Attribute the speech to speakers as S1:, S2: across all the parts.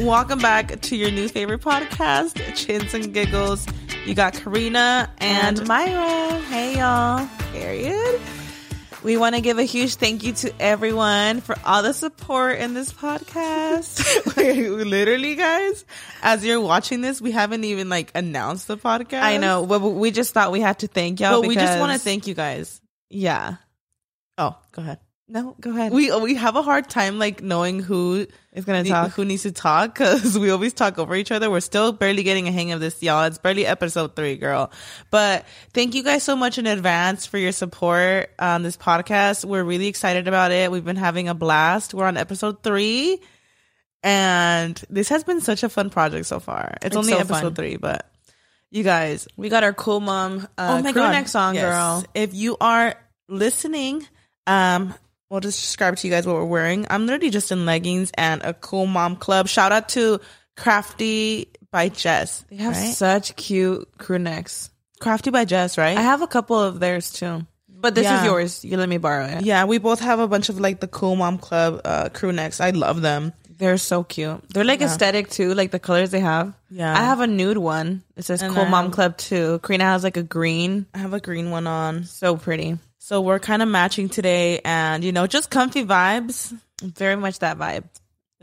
S1: Welcome back to your new favorite podcast, Chins and Giggles. You got Karina and,
S2: And
S1: Myra. Hey, y'all. Period. We want to give a huge thank you to everyone for all the support in this podcast. We Literally, guys, as you're watching this, we haven't even like announced the podcast.
S2: I know. Well, we just thought we had to thank y'all.
S1: but we just want to
S2: because-
S1: thank you guys.
S2: Yeah.
S1: Oh, go ahead.
S2: No, go ahead.
S1: We we have a hard time like knowing who
S2: it's gonna
S1: the-
S2: talk.
S1: who needs to talk because we always talk over each other. We're still barely getting a hang of this, y'all. It's barely episode three, girl. But thank you guys so much in advance for your support on this podcast. We're really excited about it. We've been having a blast. We're on episode three, and this has been such a fun project so far. It's,
S2: It's
S1: only
S2: so
S1: episode
S2: fun.
S1: three, but you guys,
S2: We got our cool mom. Uh,
S1: oh my
S2: crew
S1: god,
S2: neck song,
S1: Yes.
S2: girl.
S1: If you are listening, um, we'll just describe to you guys what we're wearing. I'm literally just in leggings and a cool mom club. Shout out to Crafty by Jess.
S2: They have
S1: right?
S2: such cute crew necks.
S1: Crafty by Jess, right?
S2: I have a couple of theirs too, but this
S1: Yeah.
S2: is yours. You let me borrow it.
S1: yeah, we both have a bunch of like the cool mom club uh, crew necks. I love them.
S2: They're so cute. They're like aesthetic too, like the colors they have.
S1: Yeah.
S2: I have a nude one. It says
S1: And
S2: Cool
S1: I
S2: Mom
S1: have-
S2: Club too. Karina has like a green.
S1: I have a green one on.
S2: So pretty.
S1: So we're kind of matching today, and you know, just comfy vibes.
S2: Very much that vibe.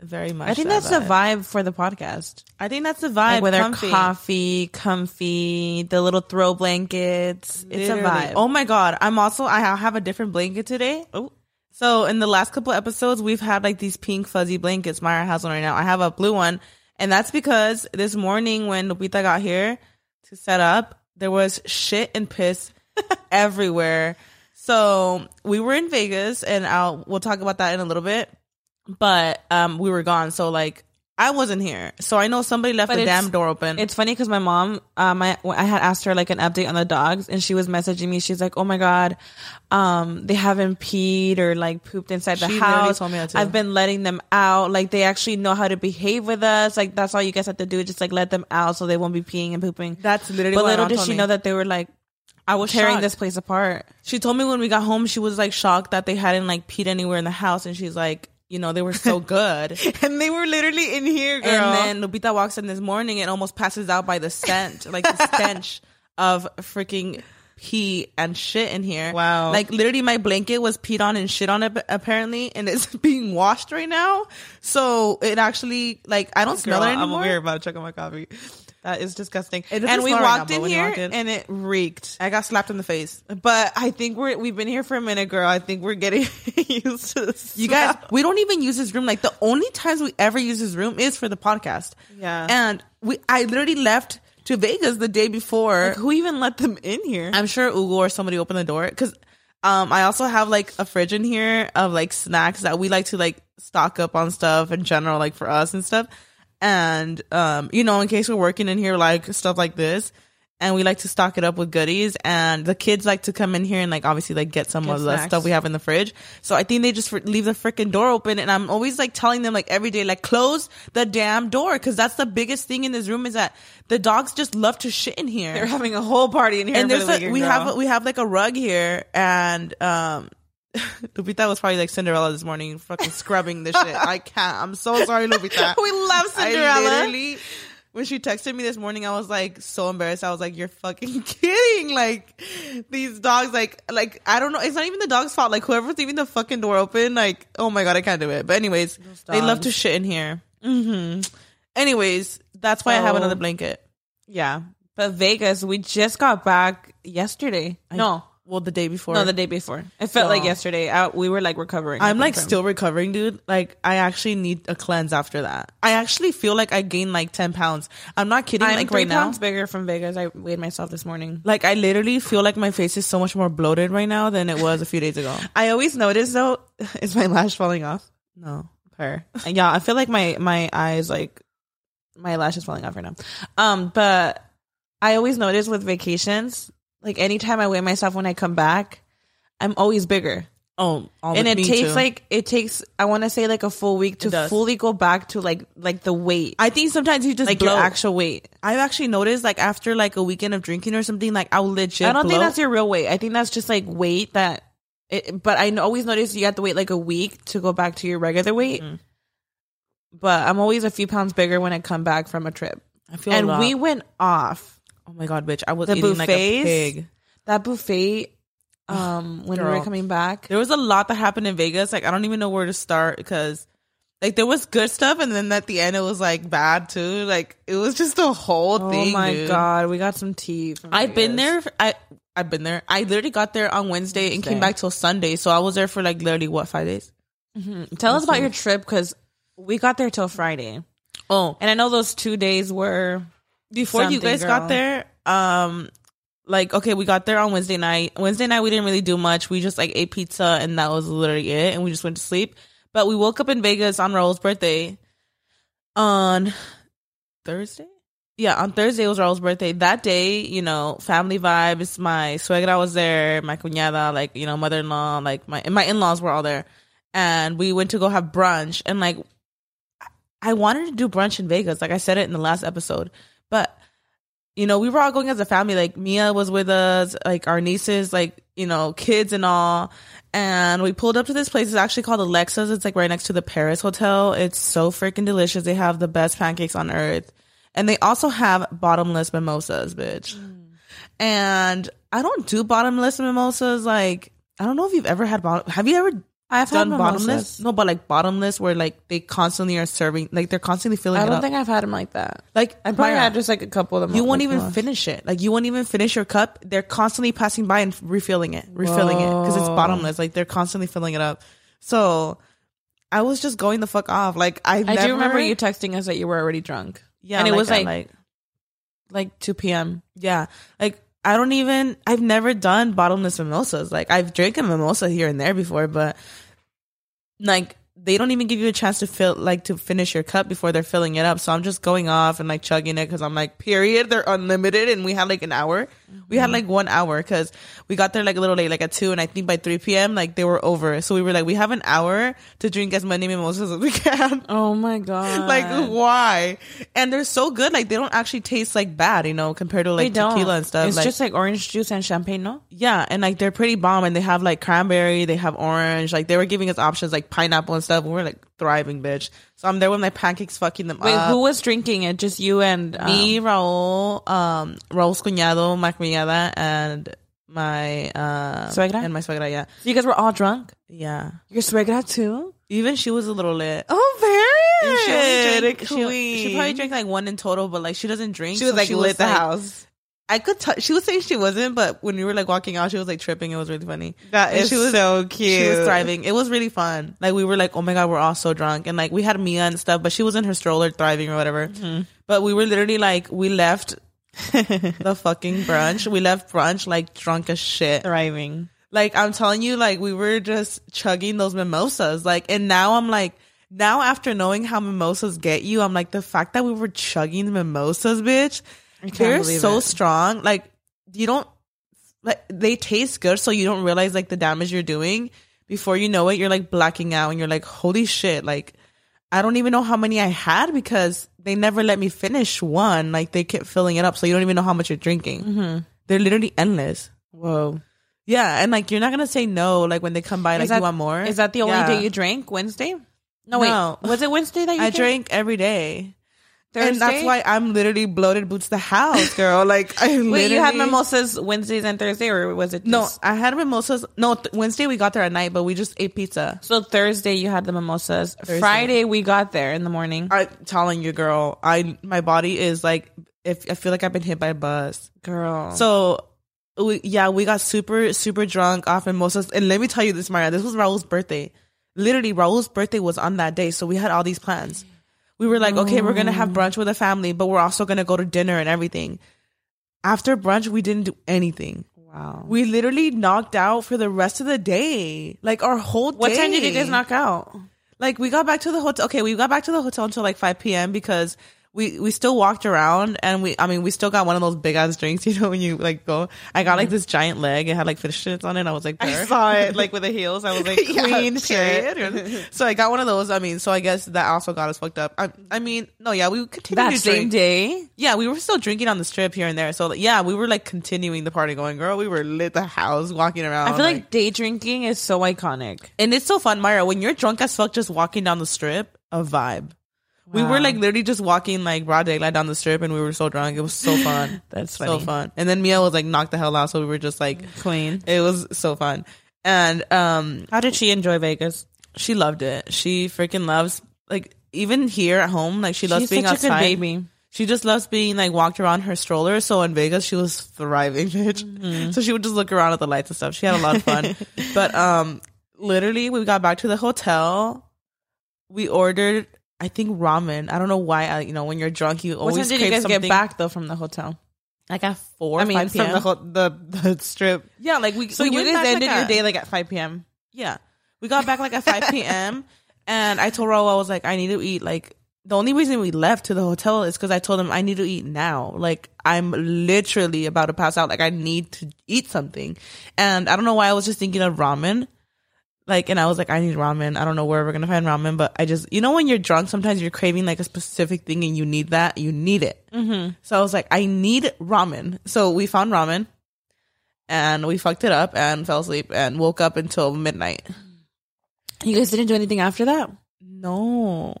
S1: Very much.
S2: I think
S1: that
S2: that's the vibe for the podcast.
S1: I think that's the vibe.
S2: Like with
S1: comfy.
S2: our coffee, comfy, the little throw blankets. It's a
S1: Literally.
S2: vibe.
S1: Oh my god! I'm also I ha- have a different blanket today.
S2: Oh.
S1: So in the last couple episodes, we've had like these pink fuzzy blankets. Myra has one right now. I have a blue one, and that's because this morning when Lupita got here to set up, there was shit and piss everywhere. So we were in Vegas, and I'll we'll talk about that in a little bit. But um, we were gone, so like I wasn't here. So I know somebody left
S2: But
S1: the
S2: it's-
S1: damn door open.
S2: It's funny because my mom, um, I, I had asked her like an update on the dogs, and she was messaging me. She's like, "Oh my god, um, they haven't peed or like pooped inside the
S1: She literally
S2: house.
S1: told me that, too.
S2: I've been letting them out. Like they actually know how to behave with us. Like that's all you guys have to do, just like let them out so they won't be peeing and pooping."
S1: that's literally
S2: but
S1: what
S2: little
S1: Ron
S2: did
S1: told
S2: she
S1: me.
S2: know that they were like
S1: I was
S2: tearing
S1: shocked.
S2: this place apart.
S1: She told me when we got home, she was like shocked that they hadn't like peed anywhere in the house, and she's like, you know, they were so good.
S2: And they were literally in here, girl.
S1: And then Lupita walks in this morning and almost passes out by the scent, like the stench of freaking pee and shit in here.
S2: Wow.
S1: Like literally, my blanket was peed on and shit on it apparently, and it's being washed right now. So it actually like I don't smell it anymore.
S2: about to check on my coffee. That is disgusting.
S1: doesn't
S2: and we
S1: smell right now,
S2: walked
S1: but
S2: in
S1: when you
S2: here
S1: walk in-
S2: and it reeked.
S1: I got slapped in the face.
S2: But I think we're we've been here for a minute, girl. I think we're getting used to this.
S1: You guys, we don't even use this room. Like the only times we ever use this room is for the podcast.
S2: Yeah.
S1: And we I literally left to Vegas the day before.
S2: who even let them in here?
S1: I'm sure Ugo or somebody opened the door cuz um I also have like a fridge in here of like snacks that we like to like stock up on stuff in general like for us and stuff. And um you know in case we're working in here like stuff like this and we like to stock it up with goodies and the kids like to come in here and like obviously like get some of the
S2: snacks.
S1: stuff we have in the fridge so i think they just fr- leave the freaking door open and i'm always like telling them like every day like close the damn door because that's the biggest thing in this room is that the dogs just love to shit in here
S2: They're having a whole party in here.
S1: and
S2: for
S1: there's
S2: the
S1: a,
S2: weekend,
S1: we
S2: girl.
S1: have a, we have like a rug here, and um, Lupita was probably like Cinderella this morning, fucking scrubbing this shit. I can't. I'm so sorry, Lupita.
S2: we love
S1: I
S2: Cinderella.
S1: literally, when she texted me this morning, I was like so embarrassed. I was like, "You're fucking kidding!" Like these dogs, like like I don't know. It's not even the dog's fault. Like whoever's leaving the fucking door open, like oh my god, I can't do it. But anyways, they love to
S2: dogs.
S1: shit in here. hmm Anyways, that's why I have
S2: So-
S1: another blanket.
S2: Yeah, but Vegas, we just got back yesterday. no,
S1: Well, the day before.
S2: no, the day before. It felt like
S1: Yeah.
S2: yesterday. I, we were like recovering.
S1: I'm like
S2: from-
S1: still recovering, dude. Like I actually need a cleanse after that. I actually feel like I gained like ten pounds. I'm not kidding.
S2: I'm
S1: like
S2: three
S1: right
S2: pounds
S1: now,
S2: bigger from Vegas. I weighed myself this morning.
S1: like I literally feel like my face is so much more bloated right now than it was a few days ago.
S2: I always notice though, is my lash falling off?
S1: No,
S2: her. Yeah, I feel like my my eyes like my lash is falling off right now. Um, but I always notice with vacations, like anytime I weigh myself when I come back, I'm always bigger.
S1: oh, all
S2: and
S1: with
S2: it
S1: me
S2: takes
S1: too.
S2: like it takes I want to say like a full week to
S1: does.
S2: fully go back to like like the weight,
S1: I think sometimes you just
S2: like
S1: bloat.
S2: your actual weight.
S1: I've actually noticed like after like a weekend of drinking or something, like I'll legit.
S2: I don't
S1: bloat.
S2: think that's your real weight. I think that's just like weight that.
S1: Mm-hmm.
S2: It, but I n- always notice you have to wait like a week to go back to your regular weight. but I'm always a few pounds bigger when I come back from a trip.
S1: I feel
S2: and we went off
S1: oh my god, bitch! I was
S2: the
S1: eating like a
S2: buffets.
S1: pig.
S2: that buffet um when we
S1: Girl.
S2: were coming back.
S1: There was a lot that happened in Vegas. Like I don't even know where to start because like there was good stuff, and then at the end it was like bad too. Like it was just a whole
S2: Oh
S1: thing.
S2: my
S1: dude.
S2: god, we got some tea. From
S1: I've been
S2: Vegas.
S1: there. f- I I've been there. I literally got there on Wednesday and came
S2: Wednesday.
S1: back till Sunday. So I was there for like literally what five days.
S2: Mhm. Tell us about your trip because we got there till Friday,
S1: Oh,
S2: and I know those two days were
S1: before you
S2: Something,
S1: guys
S2: girl.
S1: got there, um, like okay, we got there on Wednesday night. Wednesday night we didn't really do much. We just like ate pizza and that was literally it, and we just went to sleep. But we woke up in Vegas on Raul's birthday on Thursday. Yeah, on Thursday was Raul's birthday. That day, you know, family vibes. My suegra was there, my cuñada, like you know, mother in law, like my and my in laws were all there, and we went to go have brunch. And like, I wanted to do brunch in Vegas, like I said it in the last episode, but you know, we were all going as a family. Like Mia was with us, like our nieces, like, you know, kids and all. And we pulled up to this place. It's actually called Alexa's. It's like right next to the Paris Hotel. It's so freaking delicious. They have the best pancakes on earth. And they also have bottomless mimosas, bitch. And I don't do bottomless mimosas. Like, I don't know if you've ever had bottom. Have you ever
S2: I've
S1: done
S2: had
S1: bottomless?
S2: bottomless.
S1: No, but like bottomless where like they constantly are serving, like they're constantly filling
S2: I
S1: it
S2: don't
S1: up.
S2: think I've had them like that.
S1: like,
S2: I probably
S1: Myra,
S2: had just like a couple of them.
S1: you
S2: like,
S1: won't even
S2: last-
S1: finish it. Like you won't even finish your cup. They're constantly passing by and refilling it, refilling it because it's
S2: Whoa.
S1: bottomless. Like they're constantly filling it up. So I was just going the fuck off. Like I,
S2: I
S1: never-
S2: do remember you texting us that you were already drunk.
S1: yeah,
S2: and it was
S1: that,
S2: like- Like 2 p.m.
S1: yeah, like I don't even. I've never done bottomless mimosas. Like I've drank a mimosa here and there before, but like they don't even give you a chance to fill like to finish your cup before they're filling it up. So I'm just going off and like chugging it because I'm like, period, they're unlimited, and we had like an hour. We had like one hour because we got there like a little late, like at two, and I think by three p.m. like they were over. So we were like, we have an hour to drink as many mimosas as we can
S2: Oh my god!
S1: like why and they're so good like they don't actually taste like bad you know compared to like tequila and stuff
S2: It's
S1: like
S2: just like orange juice and champagne, no?
S1: yeah and like they're pretty bomb and they have like cranberry they have orange like they were giving us options like pineapple and stuff and we're like thriving bitch so i'm there with my pancakes fucking them
S2: Wait,
S1: up
S2: who was drinking it? Just you and um,
S1: me raul um raul's cuñado my cuñada and my uh
S2: Suegra?
S1: and my suegra yeah
S2: So you guys were all drunk.
S1: yeah
S2: Your suegra too.
S1: even she was a little lit
S2: Oh,
S1: And she, only drank,
S2: She,
S1: she, she probably
S2: probably
S1: drank like one in total, but like she doesn't drink.
S2: She was
S1: so
S2: like lit the house.
S1: I could tell she was saying she wasn't, but when we were like walking out, she was like tripping. It was really funny.
S2: That
S1: And she was-
S2: so cute.
S1: She was thriving. It was really fun. Like we were like, oh my god, we're all so drunk, and like we had Mia and stuff, but she was in her stroller thriving or whatever. But we were literally like, we left the fucking brunch. We left brunch like drunk as shit.
S2: thriving.
S1: Like I'm telling you, like we were just chugging those mimosas. Like, and now I'm like, now after knowing how mimosas get you, I'm like, the fact that we were chugging the mimosas, bitch,
S2: can't
S1: they're
S2: believe
S1: so
S2: it.
S1: strong. Like you don't, like they taste good, so you don't realize like the damage you're doing. Before you know it, you're like blacking out, and you're like, holy shit, like. I don't even know how many I had because they never let me finish one. Like they kept filling it up, so you don't even know how much you're drinking.
S2: Mm-hmm.
S1: They're literally endless.
S2: Whoa.
S1: Yeah, and like you're not gonna say no like when they come by like
S2: Is that-
S1: you want more.
S2: Is that the only
S1: Yeah.
S2: day you drank? Wednesday? No,
S1: No.
S2: wait. Was it Wednesday that you
S1: I drank every day,
S2: Thursday?
S1: and that's why I'm literally bloated boots the house, girl. Like I
S2: Wait, you had
S1: literally-
S2: mimosas Wednesdays and Thursday, or was it
S1: No,
S2: just-
S1: I had mimosas. No, th- Wednesday we got there at night, but we just ate pizza.
S2: So Thursday you had the mimosas. Friday we got there in the morning.
S1: I'm telling you, girl. I my body is like if I feel like I've been hit by a bus.
S2: Girl.
S1: So we, yeah, we got super, super drunk off mimosas. And let me tell you this, Maria, this was Raul's birthday. Literally, Raul's birthday was on that day. So we had all these plans. We were like, okay, we're going to
S2: Oh.
S1: have brunch with the family, but we're also going to go to dinner and everything. After brunch, we didn't do anything.
S2: wow.
S1: We literally knocked out for the rest of the day. Like our whole day.
S2: What time did you guys knock out?
S1: Like we got back to the hotel. Okay, we got back to the hotel until like 5 p.m. because we we still walked around and we I mean we still got one of those big ass drinks. You know when you like go. I got like this giant leg. It had like fish shits on it. I was like, there.
S2: saw it.
S1: like with the heels. I was like,
S2: Yeah,
S1: queen
S2: period.
S1: shit. so I got one of those. I mean, so I guess that also got us fucked up. I, I mean, no, yeah, we continued
S2: That
S1: to
S2: same
S1: drink.
S2: day?
S1: Yeah, we were still drinking on the strip here and there. So like, yeah, we were like continuing the party going, girl. We were lit the house, walking around.
S2: I feel like day drinking is so iconic.
S1: And it's so fun, Myra. When you're drunk as fuck, just walking down the strip, a vibe. We were like literally just walking like broad daylight down the strip, and we were so drunk. It was so fun,
S2: That's
S1: so fun. And then Mia was like knocked the hell out, so we were just like,
S2: Queen.
S1: it was so fun. And um,
S2: How did she enjoy Vegas?
S1: she loved it. She freaking loves like even here at home, like she loves
S2: She's
S1: being
S2: such
S1: outside.
S2: a good baby.
S1: She just loves being like walked around her stroller. So in Vegas, she was thriving, bitch.
S2: Mm-hmm.
S1: So she would just look around at the lights and stuff. She had a lot of fun. but um, literally, we got back to the hotel. We ordered, I think, ramen. I don't know why. I, you know, when you're drunk, you
S2: What
S1: always
S2: time did you
S1: crave
S2: guys
S1: something.
S2: get back though from the hotel?
S1: Like at four.
S2: I mean,
S1: 5
S2: from
S1: p.m.
S2: the
S1: whole, the the strip.
S2: Yeah, like we.
S1: So
S2: So
S1: you
S2: you
S1: went
S2: guys
S1: back,
S2: ended
S1: like,
S2: your
S1: a-
S2: day like at five p.m.
S1: Yeah. We got back like at 5 p.m. And I told Raul, I was like, I need to eat. Like, the only reason we left to the hotel is because I told him I need to eat now. Like, I'm literally about to pass out. Like, I need to eat something. And I don't know why I was just thinking of ramen. Like, and I was like, I need ramen. I don't know where we're going to find ramen, but I just, you know, when you're drunk, sometimes you're craving like a specific thing and you need that. You need it. Mm-hmm. So I was like, I need ramen. So we found ramen and we fucked it up and fell asleep and woke up until midnight.
S2: You guys didn't do anything after that.
S1: No.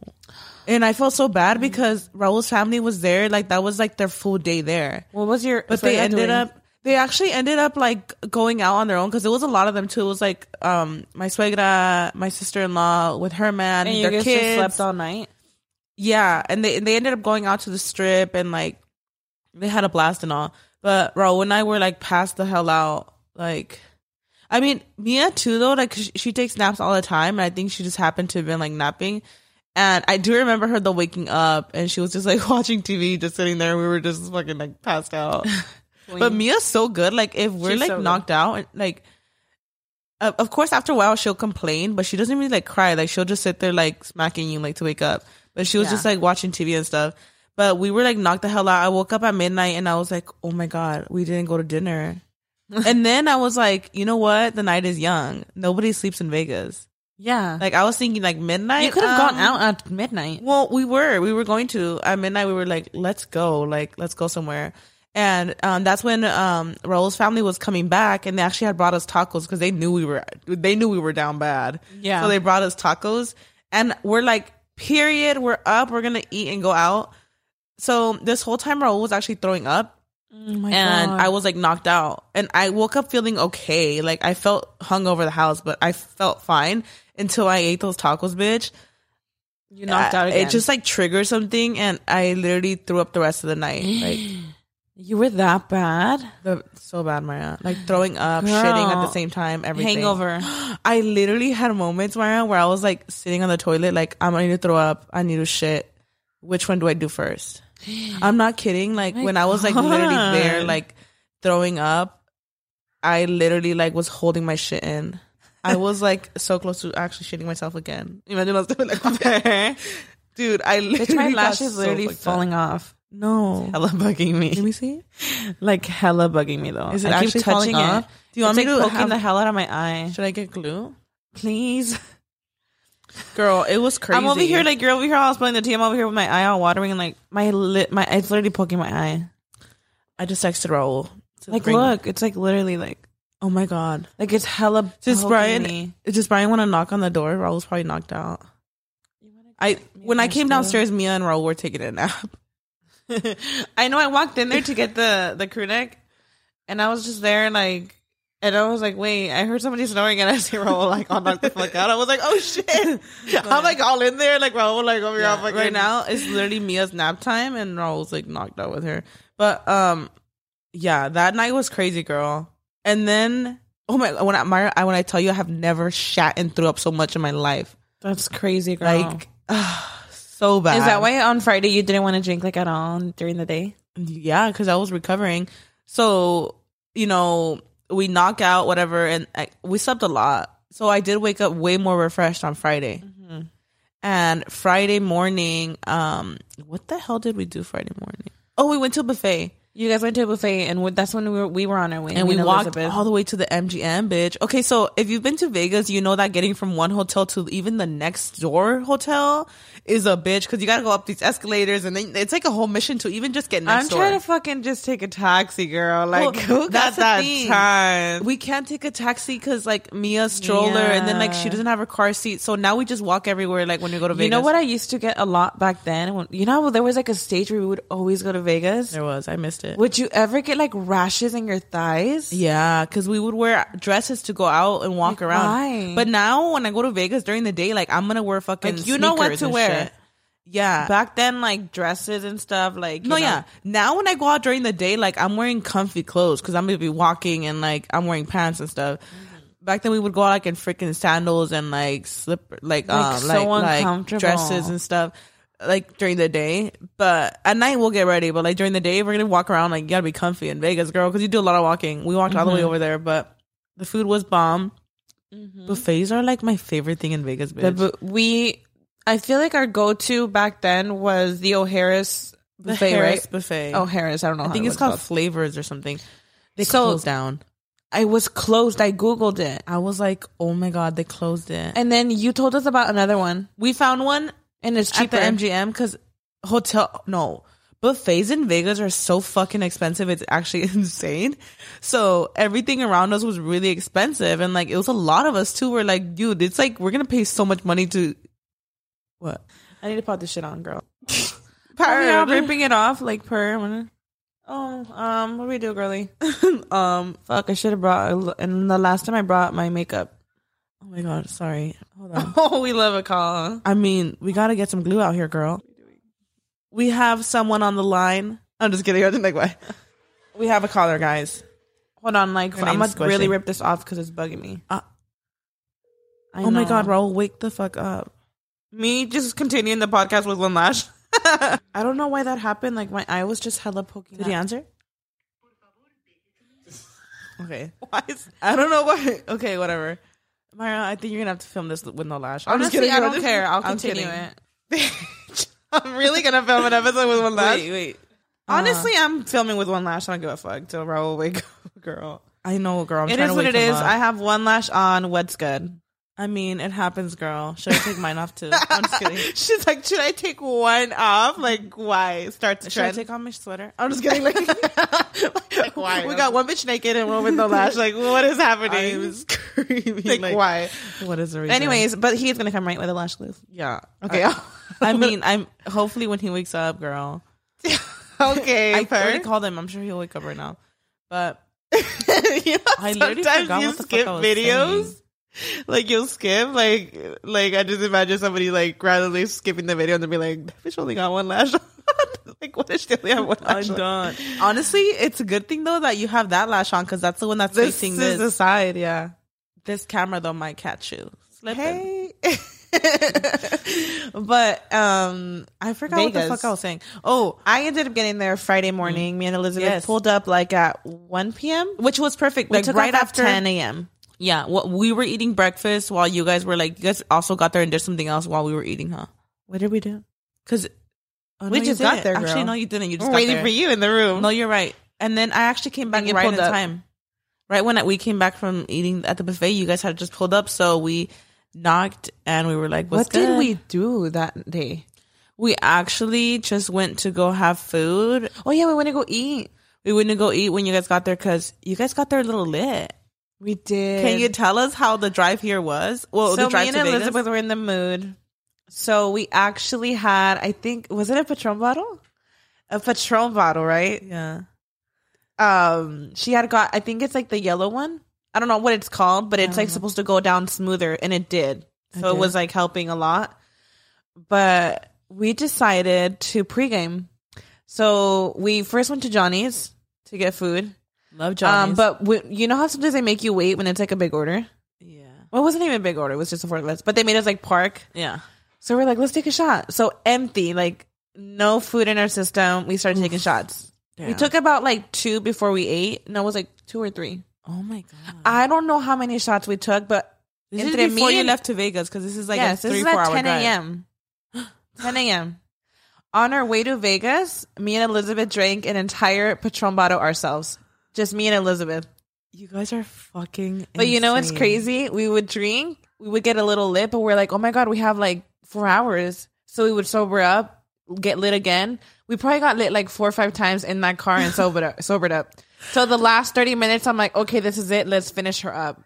S1: And I felt so
S2: Mm-hmm.
S1: bad because Raul's family was there. Like that was like their full day there.
S2: What was your?
S1: But they ended up they actually ended up like going out on their own because it was a lot of them too. It was like um my suegra, my sister in law with her man,
S2: and you
S1: their
S2: guys
S1: kids.
S2: just slept all night.
S1: Yeah, and they and they ended up going out to the strip and like they had a blast and all. But Raul and I were like passed the hell out. Like, I mean Mia too though. Like she, she takes naps all the time, and I think she just happened to have been like napping. And I do remember her though waking up and she was just like watching TV, just sitting there. We were just fucking like passed out. But Mia's so good. Like if we're
S2: She's
S1: like
S2: so good.
S1: knocked out, and like uh, of course after a while she'll complain, but she doesn't really like cry. Like she'll just sit there like smacking you like to wake up. But she was
S2: Yeah.
S1: just like watching TV and stuff. But we were like knocked the hell out. I woke up at midnight and I was like, oh my god, we didn't go to dinner. and then I was like, you know what? The night is young. Nobody sleeps in Vegas.
S2: yeah,
S1: Like I was thinking like midnight.
S2: you could have
S1: um,
S2: gone out at midnight.
S1: well, we were. We were going to at midnight. We were like, let's go, like let's go somewhere. And um, that's when um, Raul's family was coming back, and they actually had brought us tacos because they knew we were they knew we were down bad.
S2: Yeah.
S1: So they brought us tacos, and we're like, period. We're up. We're gonna eat and go out. So this whole time, Raul was actually throwing up
S2: Oh my
S1: and
S2: God.
S1: I was like knocked out. And I woke up feeling okay. Like I felt hung over the house, but I felt fine until I ate those tacos, bitch.
S2: you knocked out
S1: I-
S2: again.
S1: Uh, It just like triggered something, and I literally threw up the rest of the night. Like
S2: you were that bad.
S1: the, so bad, Maya. Like throwing up,
S2: Girl.
S1: shitting at the same time. Everything.
S2: Hangover.
S1: I literally had moments, Maya, where I was like sitting on the toilet, like I'm going to throw up. I need to shit. Which one do I do first? I'm not kidding. Like
S2: My
S1: when I was like literally there,
S2: God.
S1: like throwing up, I literally like was holding my shit in. I was like so close to actually shitting myself again. Imagine I was doing like, dude, I literally
S2: Bitch, my
S1: got
S2: lashes
S1: so
S2: literally
S1: fucked up.
S2: falling off.
S1: No.
S2: Hella bugging
S1: Let
S2: me.
S1: me see.
S2: Like hella bugging me though.
S1: Is it actually falling off?
S2: Do you want me to poking
S1: have-
S2: the hell out of my eye?
S1: Should I get glue?
S2: Please.
S1: Girl, it was crazy.
S2: I'm over here like you're over here all spilling the tea. I'm over here with my eye all watering and like my lip my it's literally poking my eye.
S1: I just texted Raul. to
S2: Like
S1: bring-
S2: look, it's like literally like
S1: Oh my god.
S2: like it's hella
S1: Does
S2: poking
S1: Brian
S2: me.
S1: does Brian want to knock on the door? Raul's probably knocked out. I when I came downstairs, Mia and Raul were taking a nap.
S2: I know I walked in there to get the the crew neck, and I was just there like, and I was like, wait, I heard somebody snoring, and I see Raul like all knocked the fuck out. I was like, oh shit, I'm like all in there like Raul like over here all fucking
S1: right now it's literally Mia's nap time and Raul's like knocked out with her. But um yeah, that night was crazy, girl. And then oh my when I my, I- when I tell you I have never shat and threw up so much in my life.
S2: That's crazy, girl.
S1: Like so bad.
S2: is that why on Friday you didn't want to drink like at all during the day?
S1: yeah because i was recovering so you know we knock out whatever and I, we slept a lot so i did wake up way more refreshed on friday
S2: Mm-hmm.
S1: and friday morning um what the hell did we do friday morning oh we went to a buffet
S2: You guys went to a buffet, and we- that's when we were, we were on our way.
S1: and
S2: me
S1: we walked
S2: Elizabeth.
S1: all the way to the MGM, bitch. Okay, so if you've been to Vegas, you know that getting from one hotel to even the next door hotel is a bitch because you gotta go up these escalators, and then it's like a whole mission to even just get next
S2: I'm
S1: door.
S2: trying to fucking just take a taxi, girl. Like,
S1: Well,
S2: who got
S1: that's the
S2: that
S1: thing.
S2: time?
S1: we can't take a taxi because like Mia's stroller, and then like she
S2: Yeah.
S1: doesn't have her car seat, so now we just walk everywhere. Like when we go to Vegas,
S2: You know what I used to get a lot back then? When, you know, how there was like a stage where we would always go to Vegas.
S1: There was I missed it.
S2: Would you ever get like rashes in your thighs?
S1: Yeah, because we would wear dresses to go out and walk
S2: Like,
S1: around.
S2: why?
S1: But now when I go to Vegas during the day, like I'm gonna wear fucking.
S2: Like, you know what
S1: sneakers
S2: to
S1: and
S2: wear.
S1: shit. Yeah.
S2: Back then, like dresses and stuff. Like, you
S1: no,
S2: know,
S1: yeah. Now when I go out during the day, like I'm wearing comfy clothes because I'm gonna be walking and like I'm wearing pants and stuff.
S2: Mm-hmm.
S1: Back then we would go out like in freaking sandals and like slipper, like
S2: Like,
S1: um,
S2: so
S1: like, like
S2: uncomfortable.
S1: dresses and stuff. Like during the day, but at night we'll get ready. But like during the day, we're gonna walk around. Like you gotta be comfy in Vegas, girl, because you do a lot of walking. We walked all the way
S2: Mm-hmm.
S1: over there, but the food was bomb. Buffets are like my favorite thing in Vegas,
S2: The
S1: bitch.
S2: bu- we, I feel like our go-to back then was the O'Harris buffet,
S1: Harris
S2: right?
S1: buffet. Oh,
S2: O'Harris, I don't know.
S1: I
S2: how
S1: think
S2: it
S1: it's
S2: was
S1: called Flavors or something. They
S2: So-
S1: closed down.
S2: I was closed. I googled it,
S1: I was like, oh my god, they closed it. And
S2: and then you told us about another one,
S1: we found one
S2: and it's cheaper.
S1: at the MGM because hotel no buffets in Vegas are so fucking expensive. It's actually insane. So everything around us was really expensive, and like it was a lot of us too. We're like, dude, it's like we're gonna pay so much money to what?
S2: I need to pop this shit on, girl.
S1: Pardon.
S2: Are we all ripping it off like per? I'm gonna- Oh, um, what do we do, girly?
S1: um.
S2: Fuck, I should have brought. And the last time I brought my makeup.
S1: Oh my god. Sorry. Hold on.
S2: Oh, we love a call. Huh?
S1: I mean, we gotta get some glue out here, girl. We have someone on the line. I'm just kidding. I didn't like why. We have a caller, guys.
S2: Hold on, like I'm gonna
S1: name's
S2: really
S1: squishy.
S2: rip this off because it's bugging me.
S1: Uh,
S2: I
S1: oh my
S2: know.
S1: god, Raul, wake the fuck up.
S2: me just continuing the podcast with one lash. I don't know why that happened. Like my eye was just hella poking.
S1: Did he
S2: out.
S1: answer? Okay.
S2: Why is-
S1: I don't know why. Okay, whatever. Myra, I think you're gonna have to film this with no lash.
S2: I'm just kidding. I
S1: you're
S2: don't
S1: just-
S2: care. I'll
S1: I'm
S2: continue
S1: kidding.
S2: it.
S1: I'm really gonna film an episode with one lash.
S2: Wait, wait. Honestly, I'm filming with one lash. I don't give a fuck till Raul wake up, girl.
S1: I know, girl. I'm
S2: It
S1: trying
S2: is
S1: to
S2: what
S1: wake
S2: it
S1: him
S2: is.
S1: up.
S2: I have one lash on. What's good?
S1: I mean, it happens, girl. Should I take mine off too? I'm just kidding.
S2: She's like, should I take one off? Like, why? Start to
S1: Should I
S2: trend.
S1: take off my sweater?
S2: I'm just kidding. Like,
S1: why?
S2: We got one bitch naked and one with no lash. Like, what is happening?
S1: I'm screaming.
S2: like, why?
S1: What is the reason?
S2: Anyways, but he's gonna come right with a lash glue.
S1: yeah.
S2: Okay.
S1: I mean, I'm hopefully when he wakes up, girl.
S2: okay.
S1: I
S2: Fer.
S1: already called him. I'm sure he'll wake up right now. But
S2: You know,
S1: I literally forgot
S2: sometimes you
S1: what the fuck
S2: skip
S1: I was
S2: videos. Like you'll skip, like like I just imagine somebody like randomly skipping the video and then be like, "That bitch only got one lash on." like, what if she only have one
S1: I'm
S2: lash on?
S1: done. Honestly, it's a good thing though that you have that lash on because that's the one that's
S2: This
S1: facing
S2: is
S1: this.
S2: the
S1: this.
S2: side, yeah.
S1: camera though might catch you. Slipping.
S2: Hey,
S1: But um, I forgot what
S2: Vegas.
S1: the fuck I was saying. Oh,
S2: I ended up getting there Friday morning. Me and Elizabeth
S1: Mm. Yes.
S2: pulled up like at one p.m.
S1: which was perfect.
S2: We
S1: like
S2: took
S1: right
S2: off at
S1: after
S2: ten a.m.
S1: Yeah, well, we were eating breakfast while you guys were like, you guys also got there and did something else while we were eating, huh?
S2: What did we do?
S1: Because
S2: we just got there. Girl.
S1: Actually, no, you didn't. You just
S2: We're
S1: got
S2: waiting
S1: there.
S2: for you in the room.
S1: No, you're right. And then I actually came back
S2: And you
S1: right
S2: pulled
S1: in
S2: up.
S1: time. Right when we came back from eating at the buffet, you guys had just pulled up, so we knocked and we were like, What's
S2: what did
S1: good?"
S2: we do that day?
S1: We actually just went to go have food.
S2: Oh yeah, we went to go eat.
S1: We went to go eat when you guys got there because you guys got there a little lit.
S2: We did.
S1: Can you tell us how the drive here was? Well,
S2: so
S1: the drive
S2: me and
S1: to Vegas?
S2: Elizabeth were in the mood. So we actually had, I think, was it a Patron bottle? A Patron bottle, right?
S1: yeah,
S2: Um, she had got, I think it's like the yellow one. I don't know what it's called, but it's like supposed to go down smoother, and it did. So it
S1: Uh-huh. did.
S2: was like helping a lot. But we decided to pregame. So we first went to Johnny's to get food.
S1: love
S2: Um,
S1: Johnny's.
S2: but we, you know how sometimes they make you wait when it's like a big order.
S1: yeah,
S2: Well, it wasn't even a big order. It was just a four list. But they made us like park.
S1: yeah,
S2: So we're like, let's take a shot. So empty, like no food in our system. We started taking shots. We
S1: Damn.
S2: took about like two before we ate. No, it was like two or three.
S1: Oh my god!
S2: I don't know how many shots we took, but
S1: This
S2: entre
S1: is before
S2: me
S1: you
S2: and-
S1: left to Vegas because this is like
S2: yes,
S1: a
S2: this
S1: three
S2: is
S1: four
S2: at
S1: hour
S2: 10
S1: drive.
S2: a.m. 10 a.m. On our way to Vegas, me and Elizabeth drank an entire Patron bottle ourselves. Just me and Elizabeth.
S1: You guys are fucking.
S2: But you know what's
S1: insane.
S2: crazy? We would drink, we would get a little lit, but we're like, oh my God, we have like four hours. So we would sober up, get lit again. We probably got lit like four or five times in that car and sobered up. Sobered up. So the last 30 minutes, I'm like, okay, this is it. Let's finish her up.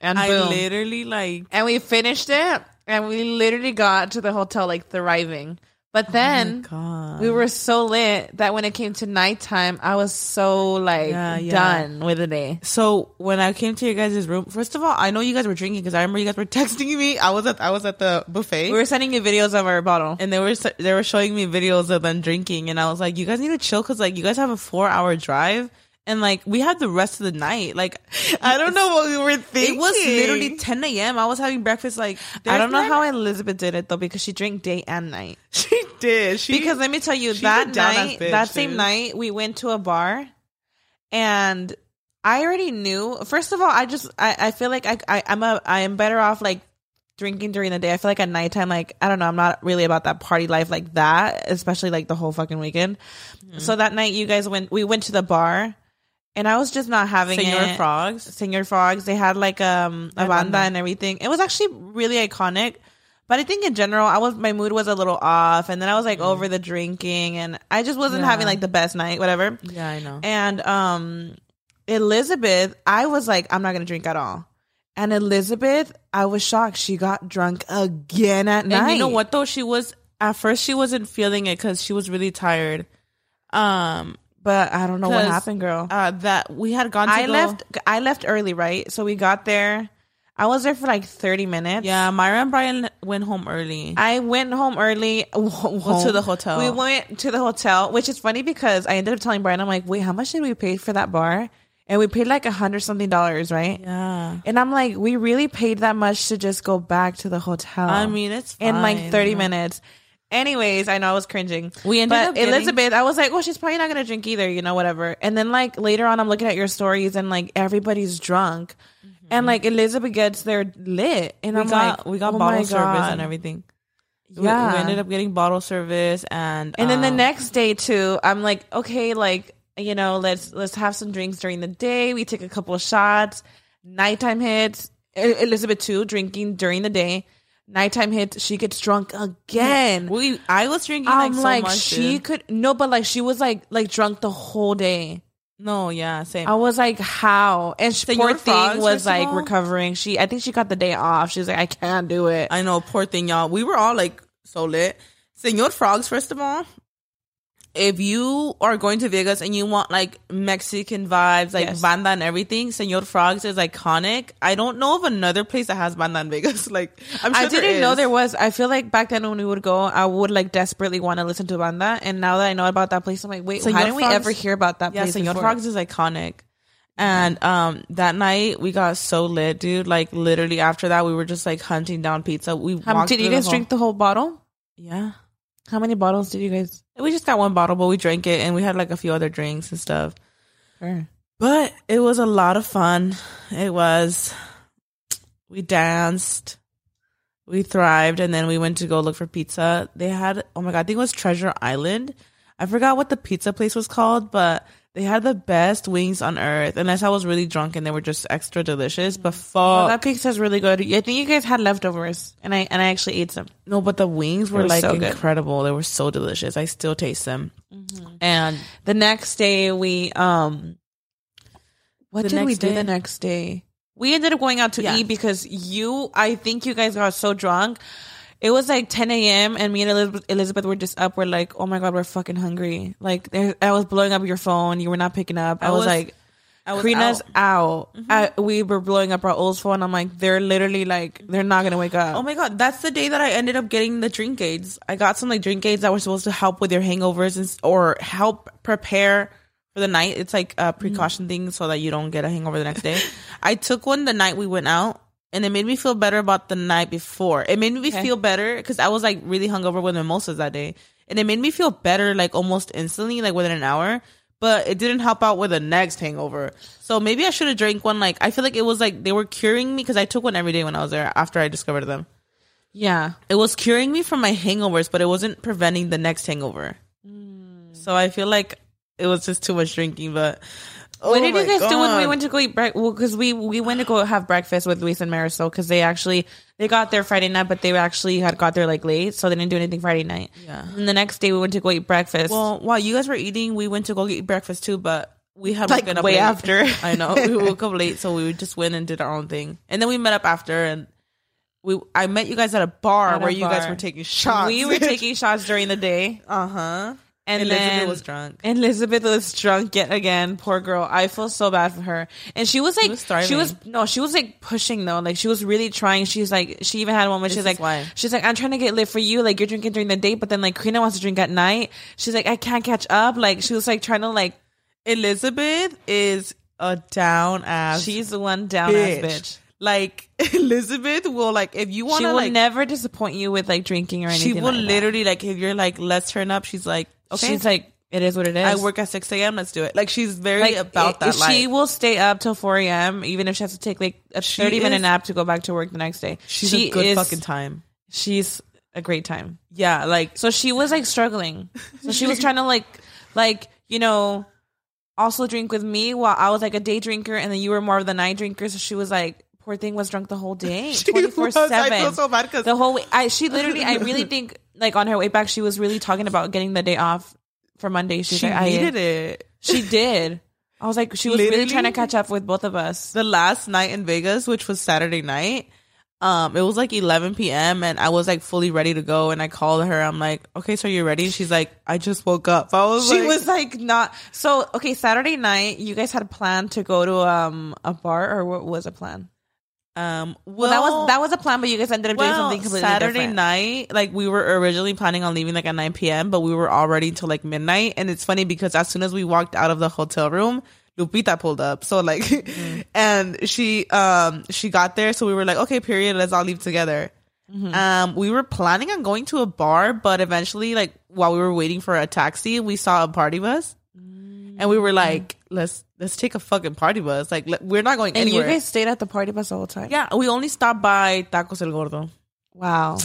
S2: And
S1: I
S2: boom.
S1: literally like.
S2: and we finished it and we literally got to the hotel like thriving. But then
S1: Oh God.
S2: we were so lit that when it came to nighttime, I was so like
S1: Yeah, yeah.
S2: done with the day.
S1: So when I came to your guys' room, first of all, I know you guys were drinking because I remember you guys were texting me. I was at I was at the buffet.
S2: We were sending you videos of our bottle.
S1: and they were s- they were showing me videos of them drinking, and I was like, "You guys need to chill, cause like you guys have a four hour drive, and like we had the rest of the night. Like
S2: I don't know what we were thinking.
S1: it was literally 10 a.m. I was having breakfast. Like
S2: I don't know
S1: there's
S2: how Elizabeth did it though, because she drank day and night.
S1: not- she did. She
S2: Because let me tell you,
S1: she's
S2: that
S1: a down-ass
S2: night,
S1: bitch,
S2: that same
S1: dude.
S2: night, we went to a bar, and I already knew. First of all, I just I, I feel like I, I I'm a I am better off like drinking during the day. I feel like at nighttime, like I don't know, I'm not really about that party life like that, especially like the whole fucking weekend.
S1: Mm-hmm.
S2: So that night, you guys went. We went to the bar, and I was just not having
S1: Senor
S2: it.
S1: Frogs.
S2: Singer Frogs. They had like um a banda and everything. It was actually really iconic. But I think in general, I was my mood was a little off, and then I was like over the drinking, and I just wasn't having
S1: Mm. Yeah.
S2: like the best night, whatever.
S1: Yeah, I know.
S2: And um, Elizabeth, I was like, I'm not gonna drink at all. And Elizabeth, I was shocked. She got drunk again at night.
S1: And you know what though? She was at first she wasn't feeling it because she was really tired. Um,
S2: But I don't know what
S1: 'Cause
S2: happened, girl.
S1: uh, that we had gone. To
S2: I
S1: go-
S2: left. I left early, right? So we got there. I was there for like 30 minutes.
S1: Yeah, Myra and Brian went home early.
S2: I went home early home.
S1: to the hotel.
S2: We went to the hotel, which is funny because I ended up telling Brian, I'm like, wait, how much did we pay for that bar? And we paid like a hundred something dollars, right?
S1: yeah,
S2: And I'm like, we really paid that much to just go back to the hotel.
S1: I mean it's
S2: in like
S1: fine.
S2: 30 minutes. Anyways, I know I was cringing.
S1: We ended
S2: but
S1: up getting-
S2: Elizabeth, I was like, well, she's probably not gonna drink either, you know, whatever. And then like later on, I'm looking at your stories and like everybody's drunk, and like Elizabeth gets there lit,
S1: Mm-hmm.
S2: and
S1: We
S2: I'm
S1: got
S2: like,
S1: we got
S2: oh my
S1: bottle service
S2: God.
S1: and everything. We-
S2: Yeah.
S1: we, ended up getting bottle service and
S2: And then the
S1: um,
S2: next day too, I'm like, okay, like you know, let's let's have some drinks during the day. We take a couple of shots. Nighttime hits. E- Elizabeth too drinking during the day. Nighttime hits. She gets drunk again.
S1: we I was drinking like
S2: I'm
S1: so
S2: like,
S1: much.
S2: she
S1: dude.
S2: could no, but like she was like like drunk the whole day.
S1: no, yeah, same.
S2: I was like, how? And she,
S1: So
S2: poor
S1: your
S2: thing
S1: frogs,
S2: was
S1: first of
S2: like
S1: all?
S2: recovering. She, I think she got the day off. She was like, I can't do it.
S1: I know, poor thing, y'all. We were all like so lit. Senor Frogs, first of all, if you are going to Vegas and you want like Mexican vibes, like
S2: Yes.
S1: banda and everything, Senor Frogs is iconic. I don't know of another place that has banda in Vegas. Like, I'm sure
S2: I didn't know there
S1: was.
S2: was. I feel like back then when we would go, I would like desperately want to listen to banda. And now that I know about that place, I'm like, wait,
S1: Senor
S2: how didn't we
S1: Frogs-
S2: ever hear about that
S1: Yeah,
S2: place?
S1: Senor
S2: before?
S1: Frogs is iconic. And um, that night we got so lit, dude. Like literally after that, we were just like hunting down pizza. We
S2: How,
S1: walked
S2: did you
S1: through the
S2: guys
S1: whole-
S2: drink the whole bottle?
S1: Yeah,
S2: How many bottles did you guys?
S1: we just got one bottle, but we drank it, and we had like a few other drinks and stuff.
S2: Sure.
S1: But it was a lot of fun. It was. We danced. We thrived. And then we went to go look for pizza. They had, oh my God, I think it was Treasure Island. I forgot what the pizza place was called, but they had the best wings on earth. Unless I was really drunk and they were just extra delicious. But fuck.
S2: Oh, that pizza's really good. I think you guys had leftovers, and I and I actually ate some.
S1: no, but the wings were
S2: was
S1: like
S2: so good.
S1: incredible. They were so delicious. I still taste them.
S2: Mm-hmm.
S1: And
S2: the next day we um what
S1: The
S2: did we
S1: next
S2: do
S1: day?
S2: the next day we ended up going out to
S1: Yeah.
S2: eat because you i think you guys got so drunk it was like 10 a.m and me and elizabeth, elizabeth were just up we're like oh my god we're fucking hungry like there, i was blowing up your phone you were not picking up i,
S1: I
S2: was,
S1: was-
S2: like
S1: I was
S2: Karina's
S1: out. Mm-hmm.
S2: out. I, we were blowing up our old phone. I'm like, they're literally like, they're not gonna wake up.
S1: Oh my god, that's the day that I ended up getting the drink aids. I got some like drink aids that were supposed to help with your hangovers and, s- or help prepare for the night. It's like a precaution thing so that you don't get a hangover the next day. I took one the night we went out and it made me feel better about the night before. It made me
S2: Okay.
S1: feel better because I was like really hungover with mimosas that day. And it made me feel better like almost instantly, like within an hour. But it didn't help out with the next hangover. So maybe I should have drank one. Like, I feel like it was like they were curing me because I took one every day when I was there after I discovered them.
S2: Yeah.
S1: It was curing me from my hangovers, but it wasn't preventing the next hangover.
S2: Mm.
S1: So I feel like it was just too much drinking. But
S2: What
S1: Oh
S2: did you guys do when we went to go eat breakfast? Well, because we we went to go have breakfast with Luis and Marisol because they actually they got there Friday night, but they actually had got there like late, so they didn't do anything Friday night.
S1: Yeah.
S2: And the next day we went to go eat breakfast.
S1: Well, while you guys were eating, we went to go get breakfast too, but we had
S2: Like,
S1: woken up
S2: way
S1: late.
S2: after.
S1: I know we woke up late, so we just went and did our own thing, and then we met up after, and we I met you guys at a bar
S2: At a
S1: where you guys
S2: bar.
S1: were taking shots.
S2: we were taking shots during the day,
S1: uh huh.
S2: and
S1: Elizabeth
S2: then
S1: was drunk.
S2: Elizabeth was drunk yet again. Poor girl. I feel so bad for her. And she was like,
S1: was starving.
S2: she was no, she was like pushing though. Like she was really trying. She's like, she even had one where she's
S1: is
S2: like,
S1: why.
S2: she's like, I'm trying to get lit for you. Like you're drinking during the day, but then like Karina wants to drink at night. She's like, I can't catch up. Like she was like trying to like,
S1: Elizabeth is a down ass.
S2: she's the one down
S1: bitch.
S2: ass bitch.
S1: Like Elizabeth will like if you want
S2: She
S1: to
S2: will
S1: like
S2: never disappoint you with like drinking or anything.
S1: she will
S2: like that.
S1: literally like if you're like let's turn up. She's like okay.
S2: She's like, it is what it is.
S1: I work at six a.m. Let's do it. Like she's very
S2: Like,
S1: about
S2: i-
S1: that. life.
S2: She will stay up till 4 a.m. even if she has to take like a 30 minute
S1: is-
S2: nap to go back to work the next day.
S1: she's
S2: she
S1: a good
S2: is,
S1: fucking time.
S2: She's a great time.
S1: Yeah, like
S2: So she was like struggling. So she was trying to like, like you know, also drink with me while I was like a day drinker, and then you were more of the night drinker. So she was like, poor thing was drunk the whole day,
S1: She
S2: twenty four
S1: was. I feel
S2: seven.
S1: so bad 'cause-
S2: The whole way, I she literally, I really think like on her way back, she was really talking about getting the day off for Monday. She's
S1: she
S2: like, I
S1: needed it.
S2: she did. I was like, she was really
S1: Literally.
S2: trying to catch up with both of us.
S1: The last night in Vegas, which was Saturday night, um, it was like 11 p.m. and I was like fully ready to go. And I called her. I'm like, okay, so you're ready? She's like, I just woke up. I was
S2: She
S1: like,
S2: was like not so okay. Saturday night, you guys had a plan to go to um a bar, or what was a plan?
S1: um, well,
S2: Well, that was that was a plan, but you guys ended up doing
S1: well,
S2: something completely
S1: Saturday
S2: different.
S1: night, like we were originally planning on leaving like at 9 p.m., but we were already till like midnight. And it's funny because as soon as we walked out of the hotel room, Lupita pulled up. So like, Mm. and she, um, she got there. So we were like, okay, period. Let's all leave together. Um, we were planning on going to a bar, but eventually, like while we were waiting for a taxi, we saw a party bus, and we were like, "Let's let's take a fucking party bus. Like let, we're not going
S2: and
S1: anywhere."
S2: you guys stayed at the party bus the whole time.
S1: yeah, we only stopped by Tacos El Gordo
S2: Wow.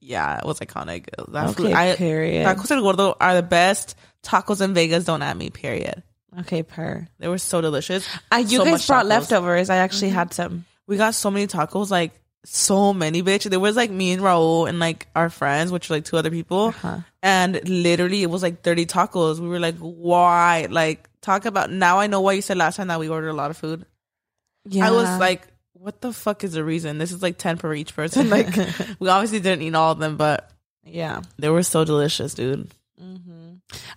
S1: yeah, it was iconic. That's
S2: Okay,
S1: I,
S2: period.
S1: Tacos El Gordo are the best tacos in Vegas. Don't at me. Period.
S2: Okay, per.
S1: They were so delicious.
S2: Uh, you
S1: So
S2: guys
S1: much
S2: brought
S1: tacos.
S2: leftovers. I actually had some.
S1: We got so many tacos, like so many, bitch. There was like me and Raul and like our friends, which were like two other people,
S2: Uh-huh.
S1: and literally it was like thirty tacos. We were like, why? Like talk about now. I know why you said last time that we ordered a lot of food.
S2: Yeah,
S1: I was like, what the fuck is the reason? This is like ten for each person. Like we obviously didn't eat all of them, but
S2: yeah.
S1: they were so delicious, dude.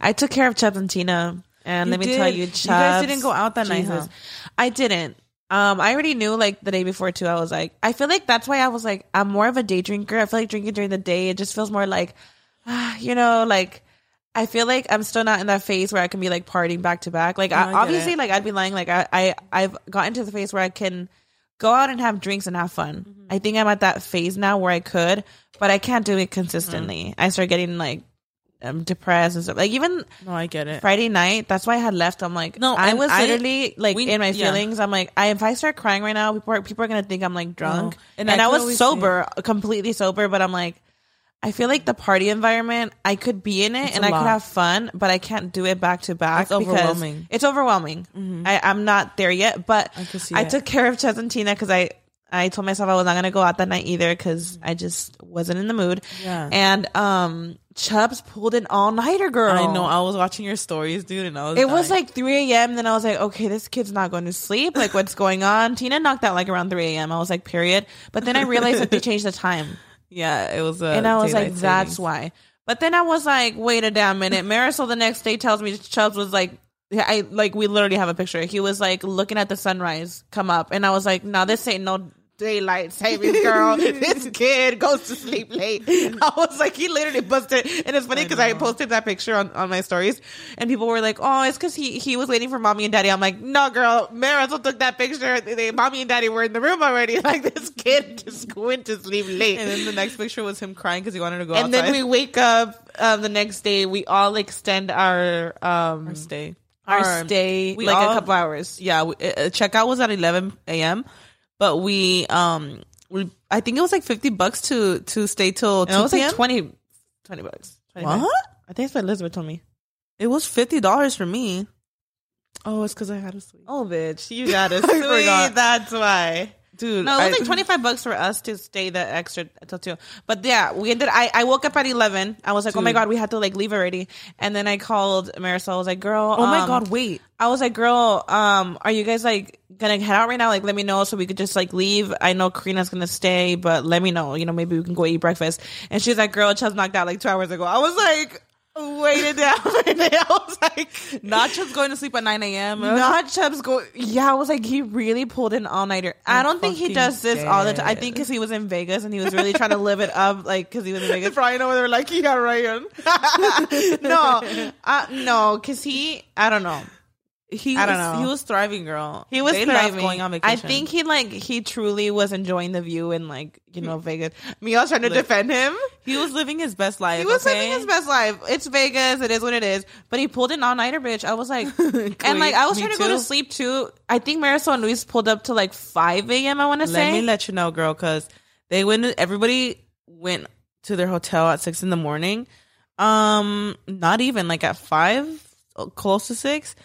S2: I took care of Chubbs and Tina, and
S1: You
S2: let me tell
S1: did.
S2: you,
S1: You
S2: Chubbs,
S1: guys didn't go out that night, huh?
S2: Jesus. I didn't. Um, I already knew like the day before too. I was like, I feel like that's why I was like, I'm more of a day drinker. I feel like drinking during the day, it just feels more like, ah, you know, like I feel like I'm still not in that phase where I can be like partying back to back. Like
S1: I
S2: I,
S1: get
S2: obviously,
S1: it.
S2: like I'd be lying. Like I, I, I've gotten to the phase where I can go out and have drinks and have fun.
S1: Mm-hmm.
S2: I think I'm at that phase now where I could, but I can't do it consistently.
S1: Mm-hmm.
S2: I start getting like um, depressed and stuff. Like even
S1: No, I get it.
S2: Friday night, that's why I had left. I'm like,
S1: No,
S2: no, I
S1: and
S2: was
S1: I-
S2: literally like
S1: we-
S2: in my
S1: yeah.
S2: feelings. I'm like, I, if I start crying right now, people are, people are gonna think I'm like drunk.
S1: No. Oh, And
S2: And,
S1: I
S2: I,
S1: could
S2: was
S1: always say-
S2: sober, completely sober, but I'm like, I feel like the party environment, I could be in it and
S1: a
S2: I
S1: lot.
S2: could have fun, but I can't do it back to back.
S1: That's
S2: because
S1: overwhelming. Mm-hmm.
S2: It's overwhelming. I, I'm not there yet, but I,
S1: can see it.
S2: took care of Ches and Tina because I. I told myself I was not gonna go out that night either because I just wasn't in the mood.
S1: Yeah.
S2: And um Chubbs pulled an all nighter girl.
S1: I know. I was watching your stories, dude, and I was.
S2: Oh. It was
S1: dying.
S2: like 3 a.m. Then I was like, okay, this kid's not going to sleep. Like, what's going on? Tina knocked out like around 3 a.m. I was like, period. But then I realized that they changed the time.
S1: yeah, it was. A
S2: And I was like,
S1: daylight
S2: that's
S1: savings.
S2: why. But then I was like, wait a damn minute. Marisol the next day tells me Chubbs was like, I like, we literally have a picture. He was like looking at the sunrise come up. And I was like, no, this ain't no daylight savings, girl. this kid goes to sleep late. I was like, he literally busted. And it's funny because I, posted that picture on, on my stories and people were like, oh, it's because he, he was waiting for mommy and daddy. I'm like, no, girl, Marisol took that picture. They, they- mommy and daddy were in the room already. Like, this kid just went to sleep late.
S1: And then the next picture was him crying because he wanted to go
S2: And
S1: outside.
S2: then we wake up um, the next day. We all extend our um,
S1: stay.
S2: our,
S1: Our-
S2: stay
S1: we
S2: like
S1: all-
S2: a couple hours.
S1: Yeah, we, uh, uh, checkout was at 11 a.m., but we um re- I think it was like fifty bucks to to stay till
S2: And it
S1: two
S2: was like
S1: p.m.
S2: 20, 20 bucks. 20 bucks.
S1: what?
S2: I think that's what Elizabeth told me.
S1: It was fifty dollars for me. Oh, it's because I had a sweet.
S2: Oh, bitch, you got it.
S1: I forgot.
S2: That's why.
S1: Dude,
S2: No, it
S1: I-
S2: was like twenty five bucks for us to stay the extra until two. But yeah, we ended. I I woke up at eleven. I was like, oh my
S1: Dude.
S2: god, we had to like leave already. And then I called Marisol. I was like, girl,
S1: Oh my
S2: um,
S1: god, wait.
S2: I was like, girl, um, are you guys like gonna head out right now? Like, let me know so we could just like leave. I know Karina's gonna stay, but let me know. You know, maybe we can go eat breakfast. And she's like, girl, Chels knocked out like two hours ago. I was like, wait it down. I was like,
S1: Not just going to sleep at 9 a.m.
S2: not Chubb's go. Yeah, I was like, he really pulled an all nighter. I don't think he
S1: fucking
S2: does this all the time. I
S1: dead.
S2: think because he was in Vegas and he was really trying to live it up, like because he was in Vegas.
S1: probably know they're like, yeah, Ryan.
S2: no, uh, no, because he, I don't know.
S1: He
S2: I don't
S1: was-
S2: know.
S1: He was thriving, girl.
S2: He was
S1: They love
S2: thriving.
S1: going on
S2: I
S1: vacation.
S2: think he like he truly was enjoying the view and like you know
S1: Hmm.
S2: Vegas. Me, I was trying to defend him.
S1: he was living his best life.
S2: He was
S1: okay?
S2: living his best life. It's Vegas. It is what it is. But he pulled an all nighter, bitch. I was like, and like I was
S1: Me
S2: trying to go to
S1: too.
S2: sleep too. I think Marisol and Luis pulled up to like five a.m. I want to
S1: Let
S2: say.
S1: me let you know, girl, because they went. Everybody went to their hotel at six in the morning. Um, not even like at five, oh, close to six.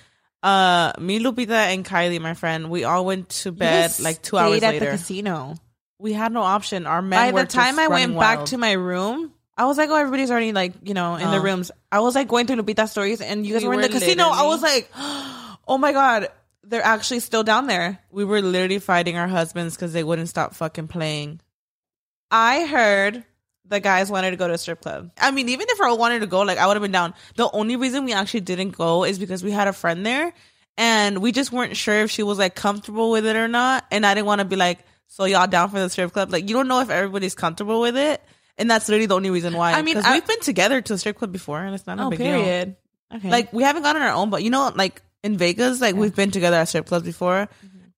S1: Uh, me, Lupita, and Kylie, my friend, we all went to
S2: You
S1: bed
S2: guys
S1: like two
S2: stayed
S1: hours
S2: at the
S1: later.
S2: casino.
S1: we had no option. Our men
S2: By
S1: were
S2: the time
S1: just
S2: I
S1: running
S2: went back
S1: wild.
S2: to my room. I was like, oh, everybody's already like, you know, in the
S1: Oh.
S2: rooms. I was like going through Lupita's stories, and you guys
S1: We
S2: were in
S1: were
S2: the casino. I
S1: literally-
S2: was like, oh my god, they're actually still down there.
S1: we were literally fighting our husbands because they wouldn't stop fucking playing.
S2: I heard the guys wanted to go to a strip club.
S1: I mean, even if I wanted to go, like I would have been down. The only reason we actually didn't go is because we had a friend there, and we just weren't sure if she was like comfortable with it or not. And I didn't want to be like, "So y'all down for the strip club?" Like you don't know if everybody's comfortable with it, and that's literally the only reason why.
S2: I mean,
S1: 'Cause
S2: I- Oh,
S1: we've been together to a strip club before, and it's not a big deal.
S2: Okay. Like
S1: Like we haven't gone on our own, but you know, like in Vegas, like we've been together at strip clubs before,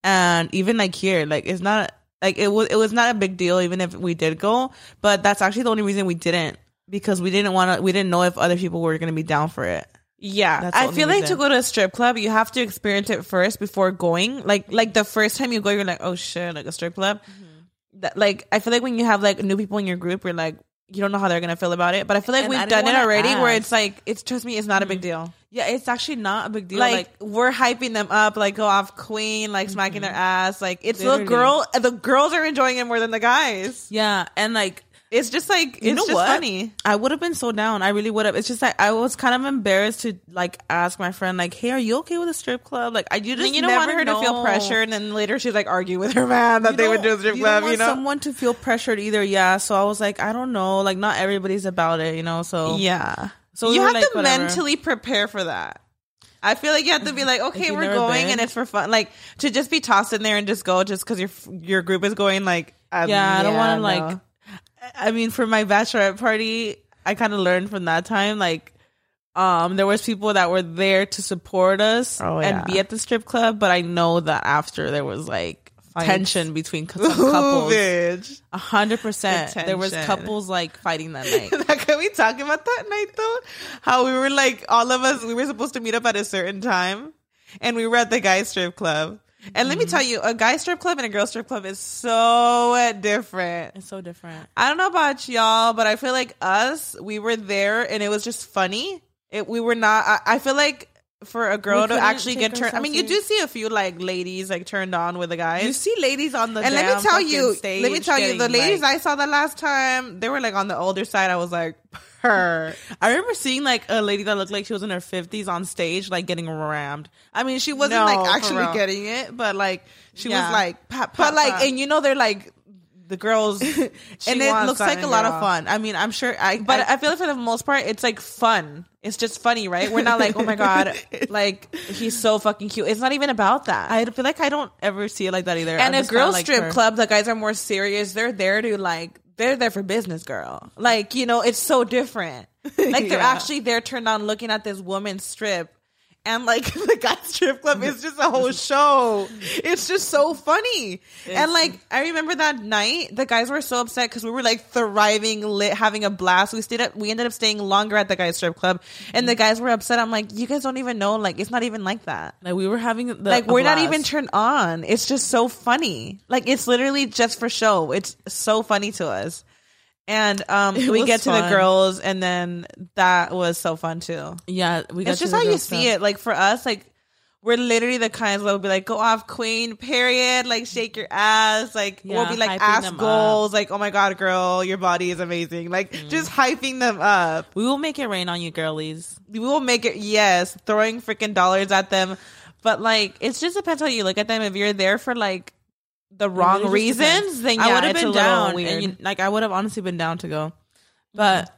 S1: and even like here, like it's not like it was it was not a big deal even if we did go. But that's actually the only reason we didn't because we didn't want to. We didn't know if other people were gonna be down for it.
S2: yeah,
S1: That's the
S2: I
S1: only
S2: feel like to
S1: reason.
S2: go to a strip club, you have to experience it first before going. Like like the first time you go, you're like, oh shit, like a strip club.
S1: Mm-hmm.
S2: That, like I feel like when you have like new people in your group, you're like. You don't know how they're gonna feel about it, but I feel like
S1: And I
S2: we've
S1: didn't
S2: done it
S1: wanna
S2: already. Where
S1: ask.
S2: it's like, it's trust me, it's not a big deal.
S1: Mm-hmm. Yeah, it's actually not a big deal.
S2: like, we're hyping them up, like go off queen, like smacking their ass. Like it's the
S1: Mm-hmm. Literally.
S2: girl, the girls are enjoying it more than the guys.
S1: yeah, and like
S2: It's just like it's
S1: You know
S2: just
S1: what?
S2: funny.
S1: I would have been so down. I really would have. It's just like I was kind of embarrassed to like ask my friend, like, "Hey, are you okay with a strip club?" Like, I you just
S2: And you don't want
S1: never
S2: her to feel
S1: know.
S2: pressure, and then later she's like argue with her man that
S1: You
S2: they would
S1: don't-
S2: do a strip
S1: you
S2: club.
S1: Don't want
S2: You know?
S1: someone to feel pressured either. Yeah. So I was like, I don't know. Like, not everybody's about it, you know. So
S2: yeah.
S1: So we
S2: you
S1: were
S2: have
S1: like,
S2: to
S1: whatever. Mm-hmm.
S2: mentally prepare for that. I feel like you have to be like, okay,
S1: you've
S2: we're
S1: never
S2: going,
S1: been.
S2: and it's for fun. Like to just be tossed in there and just go, just because your your group is going. Like, um,
S1: yeah, I don't want to
S2: no.
S1: like. I I mean, for my bachelorette party, I kind of learned from that time. Like, um, there was people that were there to support us
S2: Oh, yeah.
S1: and be at the strip club, but I know that after there was like
S2: Fights.
S1: tension between c-
S2: Ooh,
S1: some couples.
S2: bitch.
S1: A hundred percent.
S2: The
S1: There was
S2: tension.
S1: couples like fighting that night.
S2: Can we talk about that night though? How we were like all of us, we were supposed to meet up at a certain time, and we were at the guy strip club. And let me
S1: Mm-hmm.
S2: tell you, a guy strip club and a girl strip club is so different.
S1: it's so different.
S2: I don't know about y'all, but I feel like us, we were there and it was just funny. It, we were not. I, I feel like for a girl to
S1: couldn't
S2: actually
S1: take
S2: get turned, I mean, you do
S1: ourselves
S2: see a few like ladies like turned on with the
S1: You
S2: guys.
S1: see ladies on the
S2: and let
S1: damn
S2: me tell
S1: fucking
S2: you,
S1: stage
S2: let me tell you, the
S1: getting,
S2: ladies
S1: like-
S2: I saw the last time, they were like on the older side. I was like, her.
S1: I remember seeing like a lady that looked like she was in her fifties on stage, like getting rammed. I mean, she wasn't
S2: No,
S1: like
S2: for
S1: actually
S2: real.
S1: getting it, but like she
S2: Yeah.
S1: was like pop,
S2: but like,
S1: and,
S2: and you know, they're like the girls, and
S1: and it looks like a lot of fun. I mean, I'm sure I,
S2: But
S1: I,
S2: I feel like for the most part, it's like fun. It's just funny, right? We're not like, oh my god, like he's so fucking cute. It's not even about that.
S1: I feel like I don't ever see it like that either.
S2: and
S1: I
S2: a
S1: just
S2: girl
S1: kinda like
S2: strip
S1: her.
S2: club, the guys are more serious. They're there to like, they're there for business, girl. Like you know, it's so different. Like they're
S1: Yeah.
S2: actually they're turned on looking at this woman strip, And like the guy strip club is just a whole show. It's just so funny. and like I remember that night, the guys were so upset because we were like thriving, lit, having a blast. We stayed up. We ended up staying longer at the guys strip club, and
S1: Mm-hmm.
S2: the guys were upset. I'm like, you guys don't even know. Like it's not even like that.
S1: Like we were having the,
S2: Like
S1: a
S2: we're not even
S1: blast.
S2: turned on. It's just so funny. Like it's literally just for show. It's so funny to us. And um,
S1: It
S2: we
S1: was
S2: get to the
S1: fun.
S2: girls, and then that was so fun too.
S1: yeah. We got
S2: It's just
S1: to
S2: how
S1: the
S2: you
S1: girl
S2: see
S1: stuff.
S2: it. Like for us, like we're literally the kinds that will be like, "Go off, queen." Period. Like shake your ass. Like we'll
S1: Yeah,
S2: be like
S1: hyping
S2: ass
S1: them
S2: goals. Like oh my god, girl, your body is amazing. Like just hyping them up.
S1: We will make it rain on you, girlies.
S2: We will make it. Yes, throwing freaking dollars at them. But like, it just depends how you look at them. If you're there for like the wrong
S1: literally just
S2: reasons,
S1: depends.
S2: then yeah,
S1: I would have
S2: it's a
S1: been
S2: little
S1: down,
S2: weird.
S1: and you, like I would have honestly been down to go, but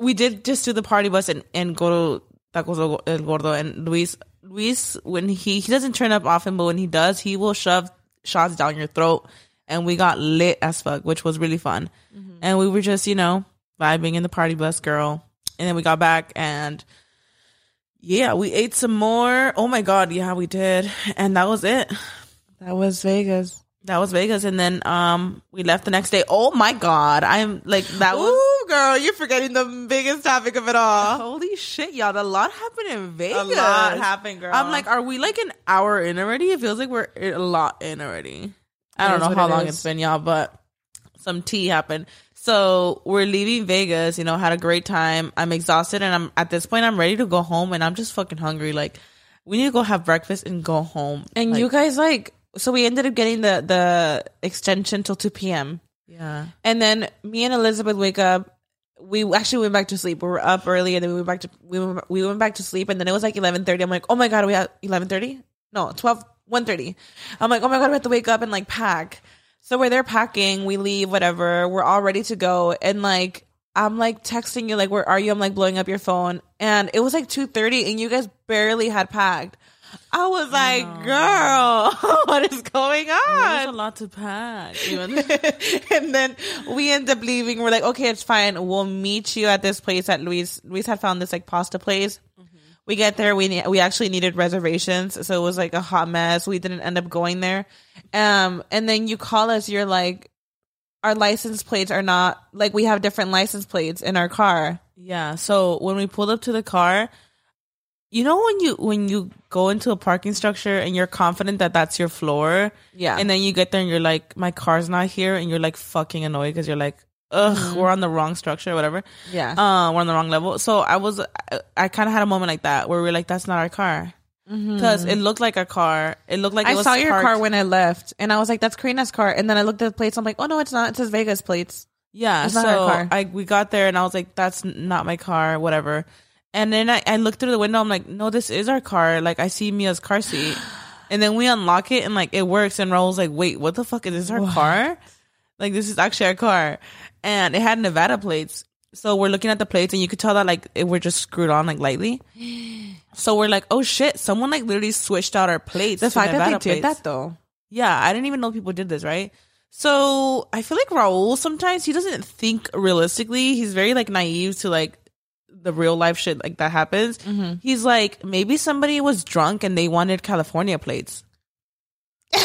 S1: we did just do the party bus and, and go to Tacos El Go- El Gordo and Luis. Luis, when he he doesn't turn up often, but when he does, he will shove shots down your throat, and we got lit as fuck, which was really fun.
S2: Mm-hmm.
S1: And we were just you know vibing in the party bus, girl. And then we got back and. Yeah, we ate some more. Oh my god, yeah, we did. And that was it.
S2: that was Vegas.
S1: That was Vegas, and then um, we left the next day. Oh my god, I'm like that was
S2: Ooh, girl, you're forgetting the biggest topic of it all.
S1: holy shit, y'all. A lot happened in Vegas.
S2: A lot happened, girl.
S1: I'm like, are we like an hour in already? It feels like we're a lot in already. I
S2: It
S1: don't
S2: is
S1: know
S2: what
S1: how
S2: it
S1: long
S2: is.
S1: it's been, y'all, but some tea happened. So we're leaving Vegas. You know, had a great time. I'm exhausted, and I'm at this point, I'm ready to go home, and I'm just fucking hungry. Like, we need to go have breakfast and go home.
S2: And
S1: Like,
S2: you guys like so we ended up getting the the extension till 2 p.m.
S1: yeah,
S2: And then me and Elizabeth wake up. We actually went back to sleep. We were up early and then we went back to we went, we went back to sleep and then it was like 11:30. I'm like, "Oh my god, we have 11:30?" No, 12 1:30. I'm like, "Oh my god, we have to wake up and like pack." So we're there packing, we leave whatever. We're all ready to go and like I'm like texting you like, "Where are you?" I'm like blowing up your phone and it was like 2:30 and you guys barely had packed. I was like, "Girl, what is going on?"
S1: there's a lot to pack. Even
S2: and then we end up leaving. We're like, okay, it's fine. We'll meet you at this place that Luis Luis had found this like pasta place.
S1: Mm-hmm.
S2: We get there. We ne- we actually needed reservations, so it was like a hot mess. We didn't end up going there. Um, and then you call us. You're like, our license plates are not like we have different license plates in our car.
S1: Yeah. So when we pulled up to the car, you know when you when you go into a parking structure and you're confident that that's your floor,
S2: Yeah.
S1: and then you get there and you're like, my car's not here, and you're like fucking annoyed because you're like, ugh, we're on the wrong structure, whatever.
S2: Mm-hmm. Yeah.
S1: Uh, we're on the wrong level. So I was, I, I kind of had a moment like that where we were like, that's not our car. Because it looked like a car. It looked like it
S2: Mm-hmm. I
S1: was
S2: saw your
S1: parked-
S2: car when I left, and I was like, "That's Karina's car." And then I looked at the plates. I'm like, "Oh no, it's not. It says Vegas plates."
S1: Yeah,
S2: It's
S1: so
S2: not her car.
S1: I we got there and I was like, "That's n- not my car, whatever." And then I, I looked through the window. I'm like, "No, this is our car." Like I see Mia's car seat, and then we unlock it and like it works. And Raul's like, "Wait, what the fuck is this? Our car? Like this is actually our car?" And it had Nevada plates. So we're looking at the plates, and you could tell that like it, we're just screwed on like lightly. So we're like, "Oh shit!" Someone like literally switched out our plates.
S2: The
S1: to
S2: fact that
S1: Nevada
S2: they did
S1: plates.
S2: that though.
S1: Yeah, I didn't even know people did this, right? So I feel like Raul sometimes he doesn't think realistically. He's very like naive to like the real life shit like that happens.
S2: Mm-hmm.
S1: He's like, maybe somebody was drunk and they wanted California plates.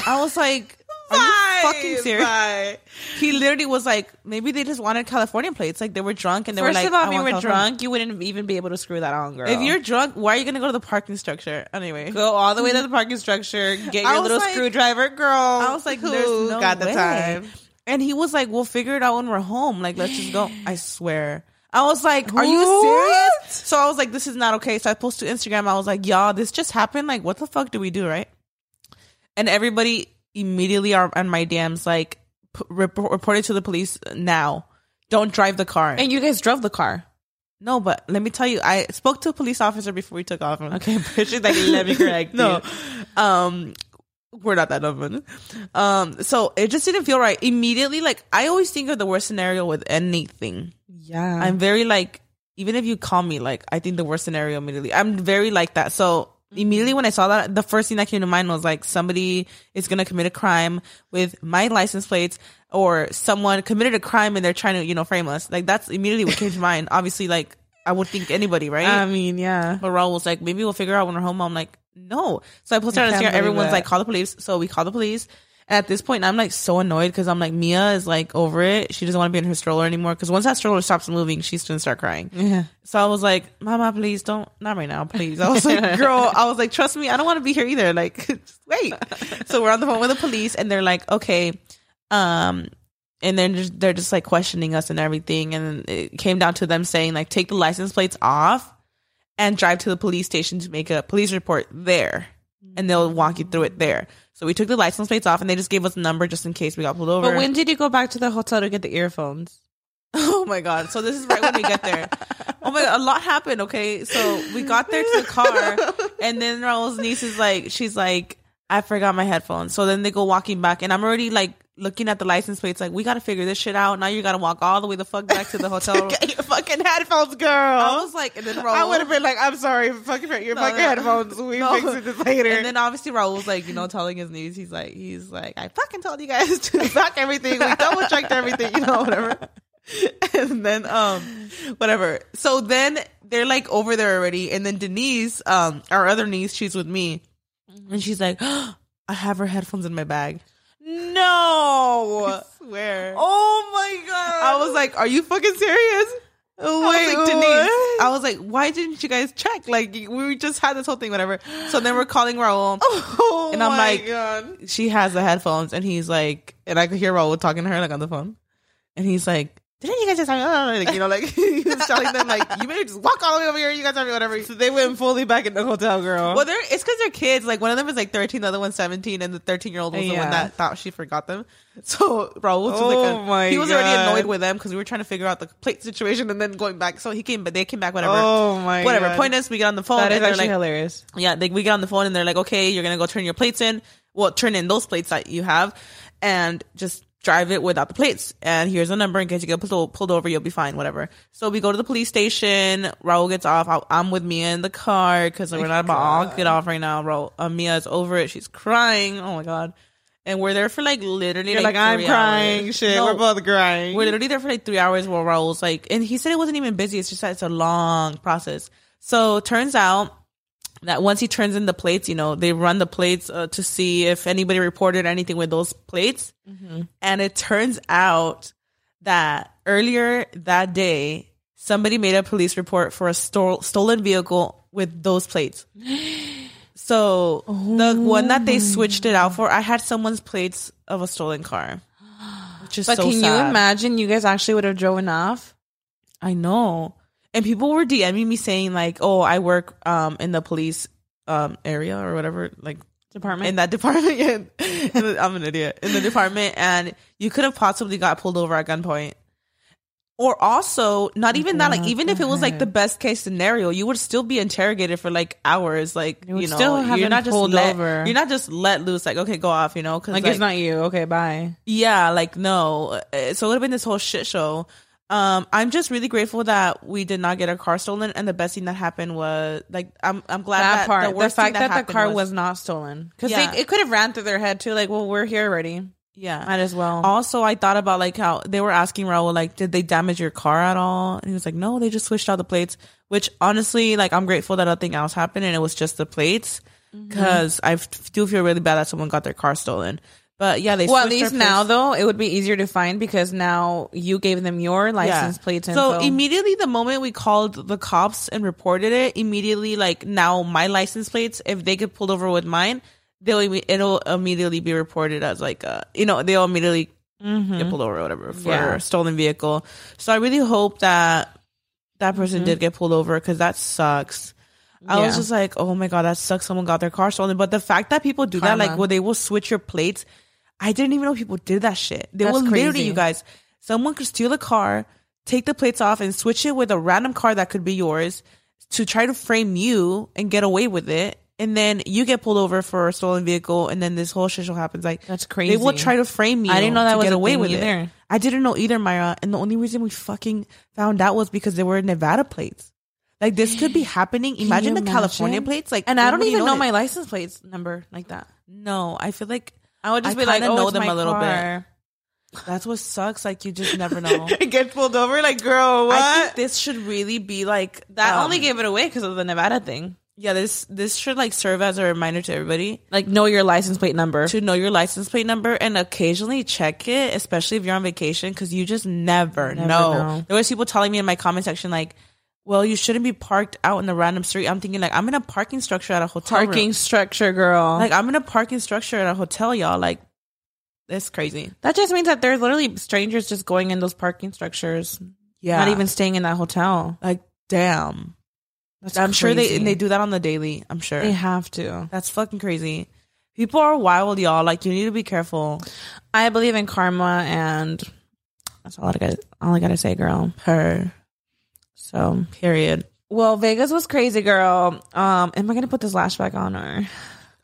S1: I was like, are you fucking serious? He literally was like, maybe they just wanted California plates. Like they were drunk and they were
S2: First
S1: like,
S2: of all,
S1: "I
S2: if you
S1: want
S2: were
S1: California."
S2: drunk, you wouldn't even be able to screw that on, girl.
S1: If you're drunk, why are you gonna go to the parking structure anyway?
S2: go all the way to the parking structure, get
S1: I was
S2: your little
S1: like-
S2: screwdriver, girl. I
S1: I was like, there's no
S2: got the
S1: way.
S2: time?
S1: And he was like, we'll figure it out when we're home. Like, let's just go. I swear. I was like, are you serious? So I was like, this is not okay. So I posted to Instagram. I was like, y'all, this just happened. Like, what the fuck do we do, right? And everybody immediately are on my DMs like, p- rep- report it to the police now. Don't drive the car.
S2: And you guys drove the car.
S1: No, but let me tell you, I spoke to a police officer before we took off. Okay, but she's
S2: like, "Let me correct
S1: no, um, we're not that open. Um, so it just didn't feel right immediately. Like I always think of the worst scenario with anything.
S2: Yeah.
S1: I'm very like, even if you call me, like I think the worst scenario immediately. I'm very like that. So immediately when I saw that, the first thing that came to mind was like somebody is gonna commit a crime with my license plates, or someone committed a crime and they're trying to you know frame us. Like that's immediately what came to mind. Obviously, like I would think anybody, right?
S2: I mean, yeah.
S1: But Raul was like, maybe we'll figure out when we're home. I'm like, no. So I posted
S2: I
S1: on
S2: can't
S1: Instagram.
S2: believe
S1: Everyone's
S2: it.
S1: like, call the police. So we call the police. And at this point, I'm like so annoyed because I'm like, Mia is like over it. She doesn't want to be in her stroller anymore. Because once that stroller stops moving, she's gonna start crying.
S2: Yeah.
S1: So I was like, Mama, please don't, not right now, please. I was like, Girl, I was like, Trust me, I don't want to be here either. Like, just wait. So we're on the phone with the police, and they're like, Okay, um, and then just, they're just like questioning us and everything, and it came down to them saying like, take the license plates off and drive to the police station to make a police report there, and they'll walk you through it there. So we took the license plates off, and they just gave us a number just in case we got pulled over.
S2: But when did you go back to the hotel to get the earphones?
S1: Oh my god! So this is right when we get there. Oh my god! A lot happened. Okay, so we got there to the car, and then Raul's niece is like, she's like, I forgot my headphones. So then they go walking back, and I'm already like looking at the license plates, like we got to figure this shit out. Now you got to walk all the way the fuck back to the hotel.
S2: Get your fucking headphones, girl.
S1: I was like, and then Raul,
S2: I would have been like, I'm sorry, fucking your
S1: No,
S2: fucking
S1: no.
S2: headphones. We
S1: No.
S2: fixing this later.
S1: And then obviously Raul was like, you know, telling his news. He's like, he's like, I fucking told you guys to back everything. We double checked everything, you know, whatever. And then, um, whatever. So then they're like over there already. And then Denise, um, our other niece, she's with me, and she's like, I have her headphones in my bag.
S2: no.
S1: Swear.
S2: Oh my god.
S1: I was like, are you fucking serious?
S2: oh,
S1: I was like, Denise,
S2: what?
S1: I was like, why didn't you guys check? Like, we just had this whole thing, whatever. So then we're calling Raul.
S2: Oh
S1: And I'm
S2: my
S1: like-
S2: God.
S1: she has the headphones and he's like and I could hear Raul talking to her like on the phone. And he's like, Didn't you guys just have like, you know, like he was telling them like you better just walk all the way over here, you guys have me whatever.
S2: So they went fully back in the hotel, girl.
S1: Well, they're it's because they're kids. Like one of them is like thirteen, the other one's seventeen, and the thirteen-year-old was the
S2: Yeah.
S1: one that thought she forgot them. So Raul was just
S2: Oh
S1: like,
S2: my
S1: a, he was already
S2: God.
S1: annoyed with them because we were trying to figure out the plate situation and then going back. So he came, but they came back, whatever,
S2: Oh my
S1: whatever.
S2: God.
S1: Point is, we get on the phone
S2: that is
S1: and they're
S2: actually
S1: like,
S2: hilarious.
S1: yeah, they, we get on the phone and they're like, okay, you're gonna go turn your plates in. Well, turn in those plates that you have, and just drive it without the plates. And here's the number in case you get pulled, pulled over, you'll be fine, whatever. So we go to the police station. Raul gets off. I, I'm with Mia in the car
S2: Oh
S1: because we're not about all get off right now. Raul, uh, Mia is over it. She's crying. Oh my god. And we're there for like literally
S2: You're like, I'm
S1: three
S2: crying.
S1: hours.
S2: Shit,
S1: No,
S2: we're both crying.
S1: we're literally there for like three hours while Raul's like, and he said it wasn't even busy. It's just that it's a long process. So turns out that once he turns in the plates, you know, they run the plates uh, to see if anybody reported anything with those plates.
S2: Mm-hmm.
S1: And it turns out that earlier that day, somebody made a police report for a stol- stolen vehicle with those plates. So the one that they switched it
S2: Oh.
S1: out for, I had someone's plates of a stolen car. Which is
S2: but
S1: so
S2: can you
S1: sad.
S2: imagine you guys actually would have driven off?
S1: I know. And people were DMing me saying like, "Oh, I work um in the police um area or whatever, like
S2: Department.
S1: in that department." Yeah. In the- I'm an idiot. In the department and you could have possibly got pulled over at gunpoint. Or also, not even that, like
S2: What
S1: even if it was like the
S2: the
S1: best case scenario, you would still be interrogated for like hours. Like
S2: You
S1: you,
S2: would
S1: know,
S2: still have
S1: you're
S2: been
S1: not just
S2: pulled
S1: let,
S2: over.
S1: You're not just let loose. Like okay, go off. You know, because
S2: like, it's not you. Okay, bye.
S1: yeah, like no. Uh, So it would have been this whole shit show. Um, I'm just really grateful that we did not get our car stolen, and the best thing that happened was like I'm I'm glad
S2: that,
S1: that
S2: part.
S1: The,
S2: The,
S1: worst
S2: fact
S1: thing
S2: that, the
S1: happened
S2: car was, not stolen because
S1: Yeah.
S2: it could have ran through their head too. Like, well, we're here already.
S1: yeah.
S2: Might as well.
S1: Also, I thought about like how they were asking Raul like, did they damage your car at all? And he was like, no, they just switched out the plates. Which honestly, like I'm grateful that nothing else happened and it was just the plates
S2: Mm-hmm.
S1: because I f- do feel really bad that someone got their car stolen. But yeah, they
S2: well, at
S1: switched our
S2: least now
S1: plates.
S2: though, it would be easier to find because now you gave them your license plates.
S1: So
S2: info.
S1: immediately, the moment we called the cops and reported it, immediately, like now, my license plates, if they get pulled over with mine, they'll imme- it'll immediately be reported as like uh you know they'll immediately get pulled over or whatever for
S2: Mm-hmm. Yeah.
S1: a stolen vehicle. So I really hope that that person did get pulled over because that sucks. I was
S2: Mm-hmm. Yeah.
S1: just like, oh my god, that sucks. Someone got their car stolen. But the fact that people do that, like,
S2: Karma.
S1: well, they will switch your plates. I didn't even know people did that shit. They
S2: That's
S1: will literally,
S2: crazy.
S1: you guys, someone could steal a car, take the plates off, and switch it with a random car that could be yours to try to frame you and get away with it. And then you get pulled over for a stolen vehicle, and then this whole shit show happens. Like
S2: That's
S1: They will
S2: crazy.
S1: try to frame you.
S2: I didn't know that
S1: to
S2: was
S1: get
S2: a
S1: away
S2: thing
S1: with it.
S2: either.
S1: I didn't know either, Myra. And the only reason we fucking found out was because they were Nevada plates. Like this could be happening. Imagine the
S2: you
S1: California
S2: imagine?
S1: plates. Like,
S2: and I don't
S1: nobody
S2: even know,
S1: knows
S2: my
S1: it.
S2: license plates number like that.
S1: No, I feel like
S2: I would just
S1: I
S2: be like,
S1: kinda
S2: oh,
S1: know
S2: it's
S1: them
S2: my
S1: a little bit.
S2: car.
S1: That's what sucks. Like you just never know.
S2: Get pulled over, like girl,
S1: I think
S2: what?
S1: this should really be like
S2: That
S1: um,
S2: only gave it away because of the Nevada thing.
S1: yeah. This this should like serve as a reminder to everybody
S2: Like, know your license plate number.
S1: to know your license plate number and occasionally check it, especially if you're on vacation, because you just never,
S2: Never
S1: know.
S2: know.
S1: There was people telling me in my comment section like, "Well, you shouldn't be parked out in the random street." I'm thinking like, I'm in a parking structure at a hotel. room.
S2: Parking structure, girl.
S1: Like I'm in a parking structure at a hotel, y'all. Like, it's crazy.
S2: that just means that there's literally strangers just going in those parking structures,
S1: Yeah,
S2: not even staying in that hotel.
S1: like damn.
S2: That's
S1: I'm sure they
S2: crazy.
S1: and they do that on the daily. I'm sure
S2: They have to.
S1: that's fucking crazy. People are wild, y'all. Like you need to be careful.
S2: I believe in karma, and that's all I got. All I gotta say, girl.
S1: Her
S2: So,
S1: period.
S2: well, Vegas was crazy, girl. Um, am I gonna put this lash back on or?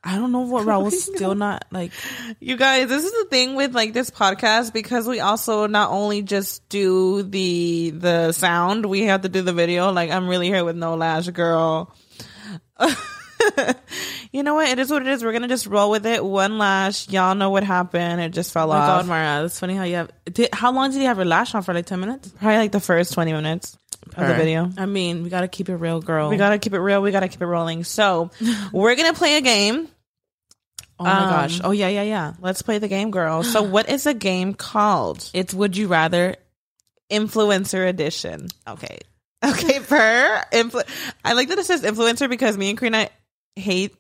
S1: I don't know what Raul's still not like.
S2: You guys, this is the thing with like this podcast because we also not only just do the the sound, we have to do the video. Like I'm really here with no lash, girl. you know what? It is what it is. We're gonna just roll with it. One lash, y'all know what happened. It just fell
S1: Oh my
S2: off.
S1: God, Mara, it's funny how you have. Did, how long did you have your lash on for? Like ten minutes
S2: Probably like the first 20 minutes of the video.
S1: I mean, we gotta keep it real, girl.
S2: We gotta keep it real. We gotta keep it rolling. So we're gonna play a game.
S1: oh my
S2: um,
S1: gosh. Oh yeah, yeah, yeah.
S2: Let's play the game, girl. So what is a game called?
S1: It's would you rather?
S2: Influencer edition.
S1: Okay,
S2: Okay, per influ- I like that it says influencer because me and Karina hate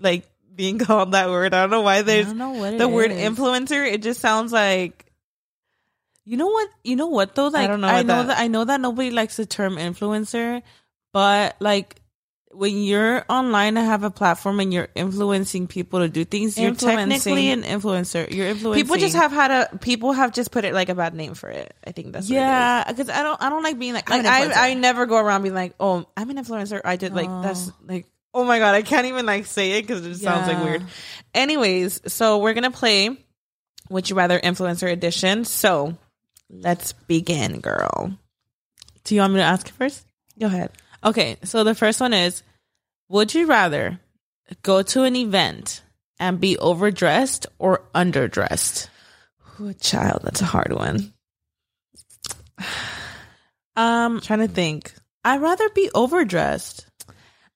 S2: like being called that word. I don't know why
S1: I
S2: there's
S1: don't know what it
S2: the word
S1: is.
S2: influencer. It just sounds like
S1: You know what? You know what though? Like I
S2: don't know
S1: I
S2: what
S1: know
S2: that-
S1: that. I know that nobody likes the term influencer, but like when you're online and have a platform and you're influencing people to do things, you're technically an
S2: Influencing.
S1: influencer. You're influencing
S2: people just have had a people have just put it like a bad name for it. I think that's What it is.
S1: yeah. Because I don't I don't like being like, I'm
S2: Like
S1: an influencer.
S2: I, I never go around being like, oh, I'm an influencer. I did like that's like, oh my god, I can't even like say it because it just sounds like
S1: Yeah.
S2: weird. Anyways, so we're gonna play Would You Rather Influencer Edition. So let's begin, girl.
S1: do you want me to ask first?
S2: Go ahead.
S1: Okay, so the first one is Would you rather go to an event and be overdressed or underdressed?
S2: Ooh, child, that's a hard one.
S1: Um,
S2: trying to think.
S1: I'd rather be overdressed.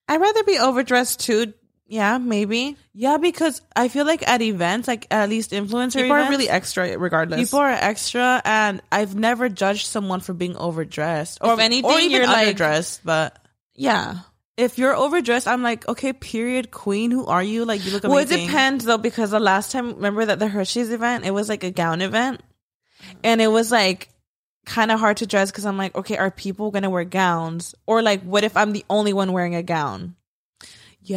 S2: I'd rather be overdressed too. Yeah, maybe.
S1: Yeah, because I feel like at events, like at least influencer
S2: People
S1: events,
S2: are really extra regardless.
S1: people are extra, and I've never judged someone for being overdressed or
S2: If anything,
S1: or even
S2: you're like-
S1: underdressed. But
S2: yeah.
S1: if you're overdressed, I'm like, okay, period, queen. Who are you? Like, you look
S2: Well, it
S1: amazing.
S2: depends though, because the last time, remember that the Hershey's event, it was like a gown event. And it was like kind of hard to dress because I'm like, okay, are people going to wear gowns? Or like, what if I'm the only one wearing a gown?
S1: Yeah.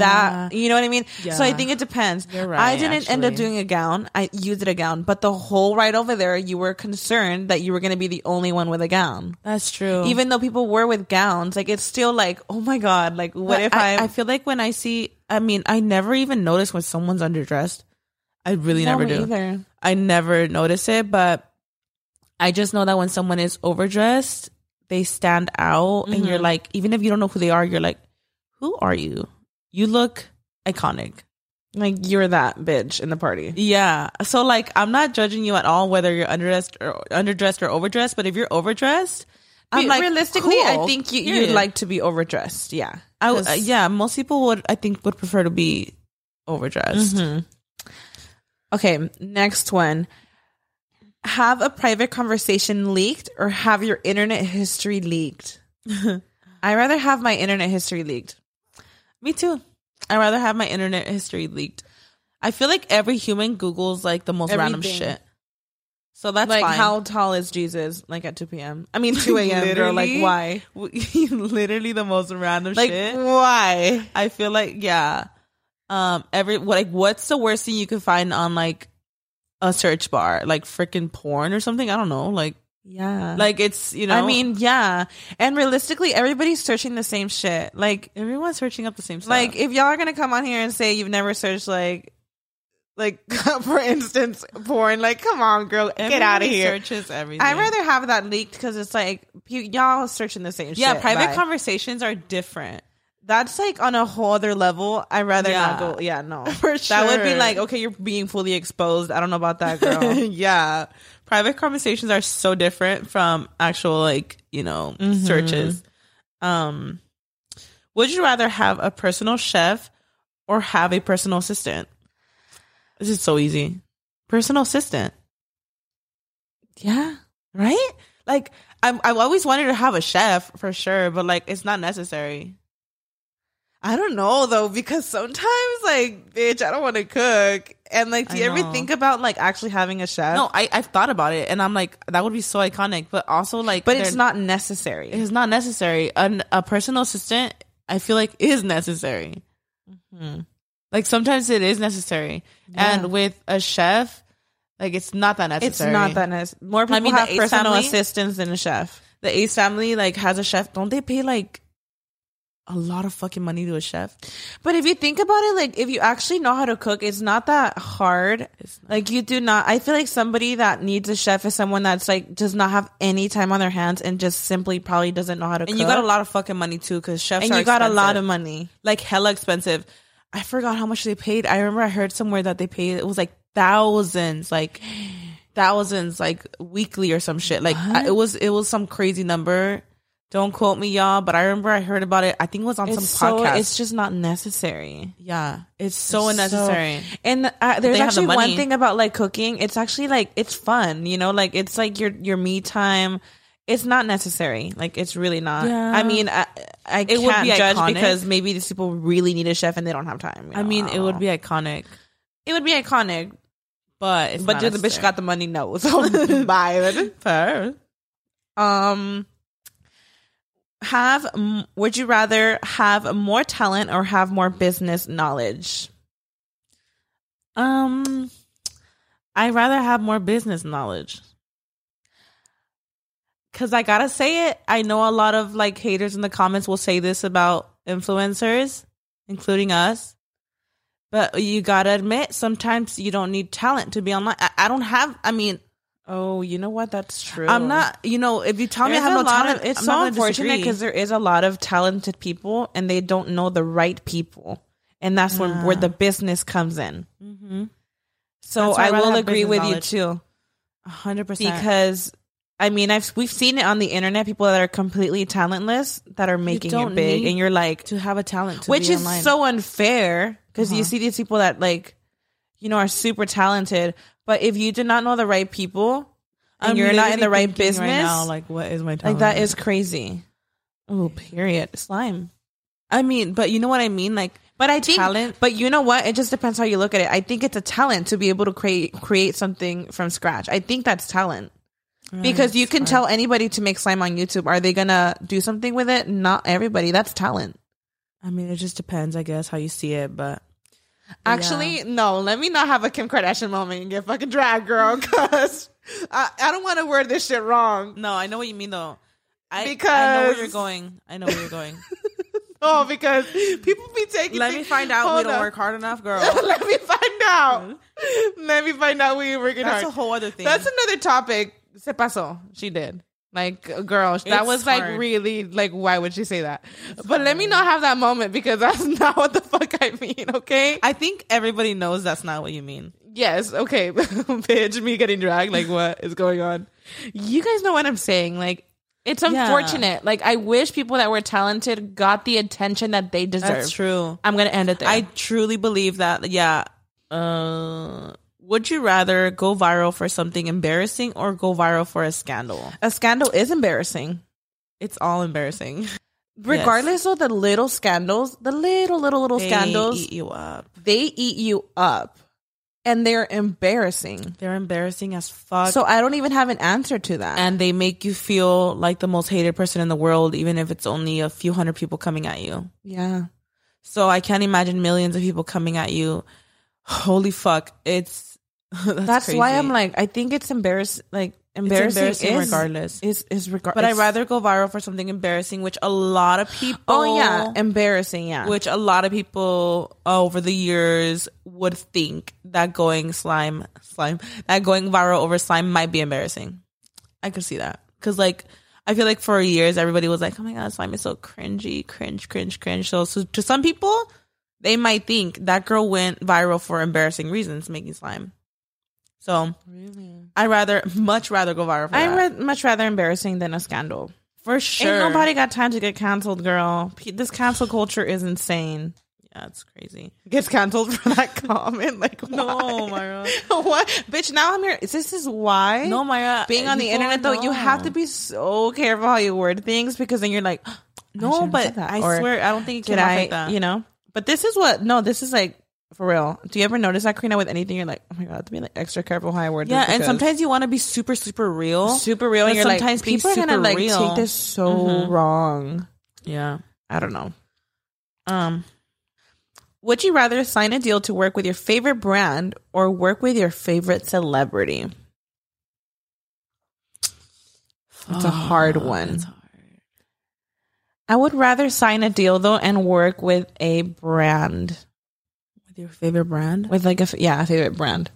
S2: That, you know what I mean? So I
S1: Yeah.
S2: think it depends.
S1: You're
S2: I
S1: right,
S2: didn't end up
S1: actually.
S2: doing a gown. I you did a gown, but the whole ride over there, you were concerned that you were going to be the only one with a gown.
S1: that's true.
S2: Even though people were with gowns, like it's still like, oh my god, like what
S1: But
S2: if
S1: I,
S2: I'm-
S1: I feel like when I see, I mean, I never even notice when someone's underdressed. I really
S2: No,
S1: never
S2: me
S1: do.
S2: either.
S1: I never notice it, but I just know that when someone is overdressed, they stand out and you're like even if you don't know who they are, you're like, Who are you? You look iconic.
S2: Like you're that bitch in the party.
S1: Yeah. So like I'm not judging you at all whether you're underdressed or underdressed or overdressed, but if you're overdressed,
S2: I'm like, realistically, I
S1: cool,
S2: think you, you'd
S1: period.
S2: like to be overdressed. uh, Yeah,
S1: I w-
S2: 'Cause-
S1: yeah, most people would I think would prefer to be overdressed.
S2: Okay, next one. Have a private conversation leaked or have your internet history leaked? I rather have my internet history leaked.
S1: Me too. I'd rather have my internet history leaked. I feel like every human Googles like the most random
S2: Everything.
S1: shit. So that's
S2: like,
S1: fine.
S2: how tall is Jesus? Like at 2 p.m. I mean, 2 a.m. girl. Like,
S1: Literally.
S2: why?
S1: literally the most random
S2: Like,
S1: shit.
S2: why?
S1: I feel like yeah. Um every what like what's the worst thing you could find on like a search bar? Like freaking porn or something? I don't know. Like
S2: Yeah. Like,
S1: like it's you know
S2: Uh, I mean, yeah. And realistically, everybody's searching the same shit. Like,
S1: everyone's searching up the same stuff.
S2: Like if y'all are gonna come on here and say you've never searched like like for instance porn, like come on girl, get out of
S1: Everybody
S2: here.
S1: Searches everything.
S2: I'd rather have that leaked because it's like you, y'all searching the same
S1: yeah,
S2: shit.
S1: private
S2: Bye.
S1: conversations are different.
S2: That's like on a whole other level. I'd rather
S1: Yeah.
S2: not go. Yeah, no.
S1: For
S2: That would be
S1: sure.
S2: like, okay, you're being fully exposed. I don't know about that girl.
S1: yeah. private conversations are so different from actual like you know
S2: Mm-hmm.
S1: searches um would you rather have a personal chef or have a personal assistant this is so easy personal assistant
S2: Yeah.
S1: right like I'm, i've always wanted to have a chef for sure but like it's not necessary
S2: I don't know though, because sometimes like, bitch, I don't want to cook. And like, do
S1: I
S2: you ever
S1: know.
S2: think about like actually having a chef?
S1: no I, i've thought about it and i'm like that would be so iconic but also like
S2: But
S1: they're-
S2: it's not necessary.
S1: it's not necessary. An, a personal assistant, I feel like, is necessary. Like sometimes it is necessary,
S2: Mm-hmm. Yeah.
S1: and with a chef, like it's not that
S2: it's
S1: necessary.
S2: not that necessary. More people
S1: mean, the
S2: have
S1: Ace
S2: personal
S1: family-
S2: assistants than a chef.
S1: the Ace family like has a chef. Don't they pay like a lot of fucking money to a chef?
S2: But if you think about it, like if you actually know how to cook, it's not that hard. Like you do not. I feel like somebody that needs a chef is someone that's like does not have any time on their hands and just simply probably doesn't know how to.
S1: And
S2: cook.
S1: you got a lot of fucking money too, because chefs
S2: And
S1: are
S2: you got a lot
S1: expensive.
S2: of money.
S1: like hella expensive. I forgot how much they paid. I remember I heard somewhere that they paid it was like thousands, like thousands, like weekly or some shit. Like I, it was it was some crazy number. Don't quote me, y'all, but I remember I heard about it. I think it was on
S2: It's
S1: some
S2: so.
S1: podcast.
S2: It's just not necessary.
S1: yeah, it's so unnecessary.
S2: So- and uh, there's
S1: they have the
S2: actually one
S1: money.
S2: thing about like cooking. It's actually like it's fun, you know. Like it's like your your me time. It's not necessary. Like it's really not.
S1: Yeah.
S2: I mean, I, I
S1: It
S2: can't
S1: would be
S2: judge
S1: iconic.
S2: because maybe these people really need a chef and they don't have time. you
S1: I
S2: know?
S1: mean, it would
S2: don't
S1: be iconic,
S2: know. it would be iconic.
S1: but it's
S2: but
S1: not
S2: did the bitch
S1: necessary.
S2: got the money? No. So bye. then.
S1: Fair.
S2: Um, have m- would you rather have more talent or have more business knowledge?
S1: Um, I rather have more business knowledge. Cause I gotta say it, I know a lot of like haters in the comments will say this about influencers, including us. But you gotta admit, sometimes you don't need talent to be online. I, I don't have. I mean,
S2: Oh, you know what? That's true.
S1: I'm not. You know, if you tell me I
S2: There's
S1: have no
S2: a lot
S1: talent,
S2: of- it's
S1: I'm not
S2: so
S1: gonna
S2: unfortunate
S1: disagree.
S2: because there is a lot of talented people, and they don't know the right people, and that's when where the business comes in. So
S1: Ah. Mm-hmm. That's why
S2: I
S1: I'd rather
S2: will
S1: have
S2: agree
S1: business
S2: with
S1: knowledge.
S2: you too,
S1: hundred percent.
S2: because I mean, I've we've seen it on the internet, people that are completely talentless that are making it
S1: don't
S2: big,
S1: need
S2: and you're like,
S1: to have a talent, to
S2: which
S1: be
S2: is
S1: online. Uh-huh.
S2: so unfair because you see these people that like, you know, are super talented, but if you do not know the right people. And
S1: I'm
S2: you're not in
S1: literally
S2: the right
S1: thinking
S2: business.
S1: now, like, what is my
S2: Like
S1: talent?
S2: that is crazy. Oh, Um, period. Slime.
S1: I mean, but you know what I mean. Like,
S2: But I think
S1: Talent.
S2: but you know what? It just depends how you look at it. I think it's a talent to be able to create create something from scratch. I think that's talent. Because you can tell anybody to make slime on YouTube. Are they gonna do something with it? Not everybody. That's talent.
S1: I mean, it just depends, I guess, how you see it. But
S2: Actually, no. Let me not have a Kim Kardashian moment and get fucking dragged, girl. Because I, I don't want to word this shit wrong.
S1: no, I know what you mean, though. I, I know
S2: Because-
S1: where you're going. I know where you're going.
S2: Oh, because people be taking.
S1: Let me find out we
S2: Hold
S1: don't
S2: on.
S1: work hard enough, girl.
S2: Let me find out. Let me find out we ain't working
S1: That's a
S2: hard.
S1: whole other thing.
S2: That's another topic. Se pasó. She did. Like, uh, girl, that
S1: It's
S2: was like
S1: hard.
S2: really like, why would she say that? but let me not have that moment because that's not what the fuck I mean. Okay.
S1: I think everybody knows that's not what you mean.
S2: yes. Okay. Bitch, me getting dragged. Like, what is going on? You guys know what I'm saying. Like. It's
S1: Yeah.
S2: unfortunate. Like I wish people that were talented got the attention that they deserve.
S1: That's true.
S2: I'm gonna end it there.
S1: I truly believe that. Yeah. Uh, would you rather go viral for something embarrassing or go viral for a scandal?
S2: a scandal is embarrassing.
S1: It's all embarrassing.
S2: regardless of the little scandals, the little little little scandals,
S1: They eat you up.
S2: they eat you up, and they're embarrassing.
S1: They're embarrassing as fuck.
S2: So I don't even have an answer to that.
S1: and they make you feel like the most hated person in the world, even if it's only a few hundred people coming at you.
S2: yeah,
S1: So I can't imagine millions of people coming at you. Holy fuck. It's that's,
S2: that's why
S1: crazy.
S2: I'm like, I think it's embarrassing. Like
S1: it's
S2: embarrassing,
S1: embarrassing
S2: is,
S1: regardless.
S2: Is is regardless.
S1: But I'd rather go viral for something embarrassing, which a lot of people
S2: Oh yeah, embarrassing. Yeah.
S1: which a lot of people over the years would think that going slime slime that going viral over slime might be embarrassing. I could see that because like I feel like for years everybody was like, "Oh my god, slime is so cringy, cringe, cringe, cringe." So, so to some people, they might think that girl went viral for embarrassing reasons, making slime. So
S2: Really?
S1: I rather, much rather go viral. For
S2: I'm
S1: that.
S2: ra- much rather embarrassing than a scandal.
S1: for sure.
S2: Ain't nobody got time to get canceled, girl. P- This cancel culture is insane.
S1: Yeah, it's crazy. Gets canceled for that comment. Like,
S2: No,
S1: why?
S2: Myra.
S1: what?
S2: Bitch, now I'm here. This is why.
S1: No, Myra.
S2: being on the
S1: people
S2: internet though, you have
S1: know.
S2: to be so careful how you word things because then you're like,
S1: No, but I swear, I don't think it
S2: did
S1: came off
S2: I?
S1: like that.
S2: You know. But this is what no, this is like for real. Do you ever notice that Karina with anything? You're like, oh my god, I have to be like extra careful how I word.
S1: yeah,
S2: this
S1: and
S2: because
S1: sometimes you want to be super, super real.
S2: super real.
S1: but
S2: And you're
S1: sometimes
S2: like,
S1: be
S2: people are gonna
S1: super
S2: like
S1: real. Mm-hmm.
S2: take this so wrong.
S1: yeah.
S2: I don't know.
S1: Um.
S2: Would you rather sign a deal to work with your favorite brand or work with your favorite celebrity? It's a hard one.
S1: That's hard.
S2: I would rather sign a deal though and work with a brand.
S1: With your favorite brand.
S2: with like a f- yeah a favorite brand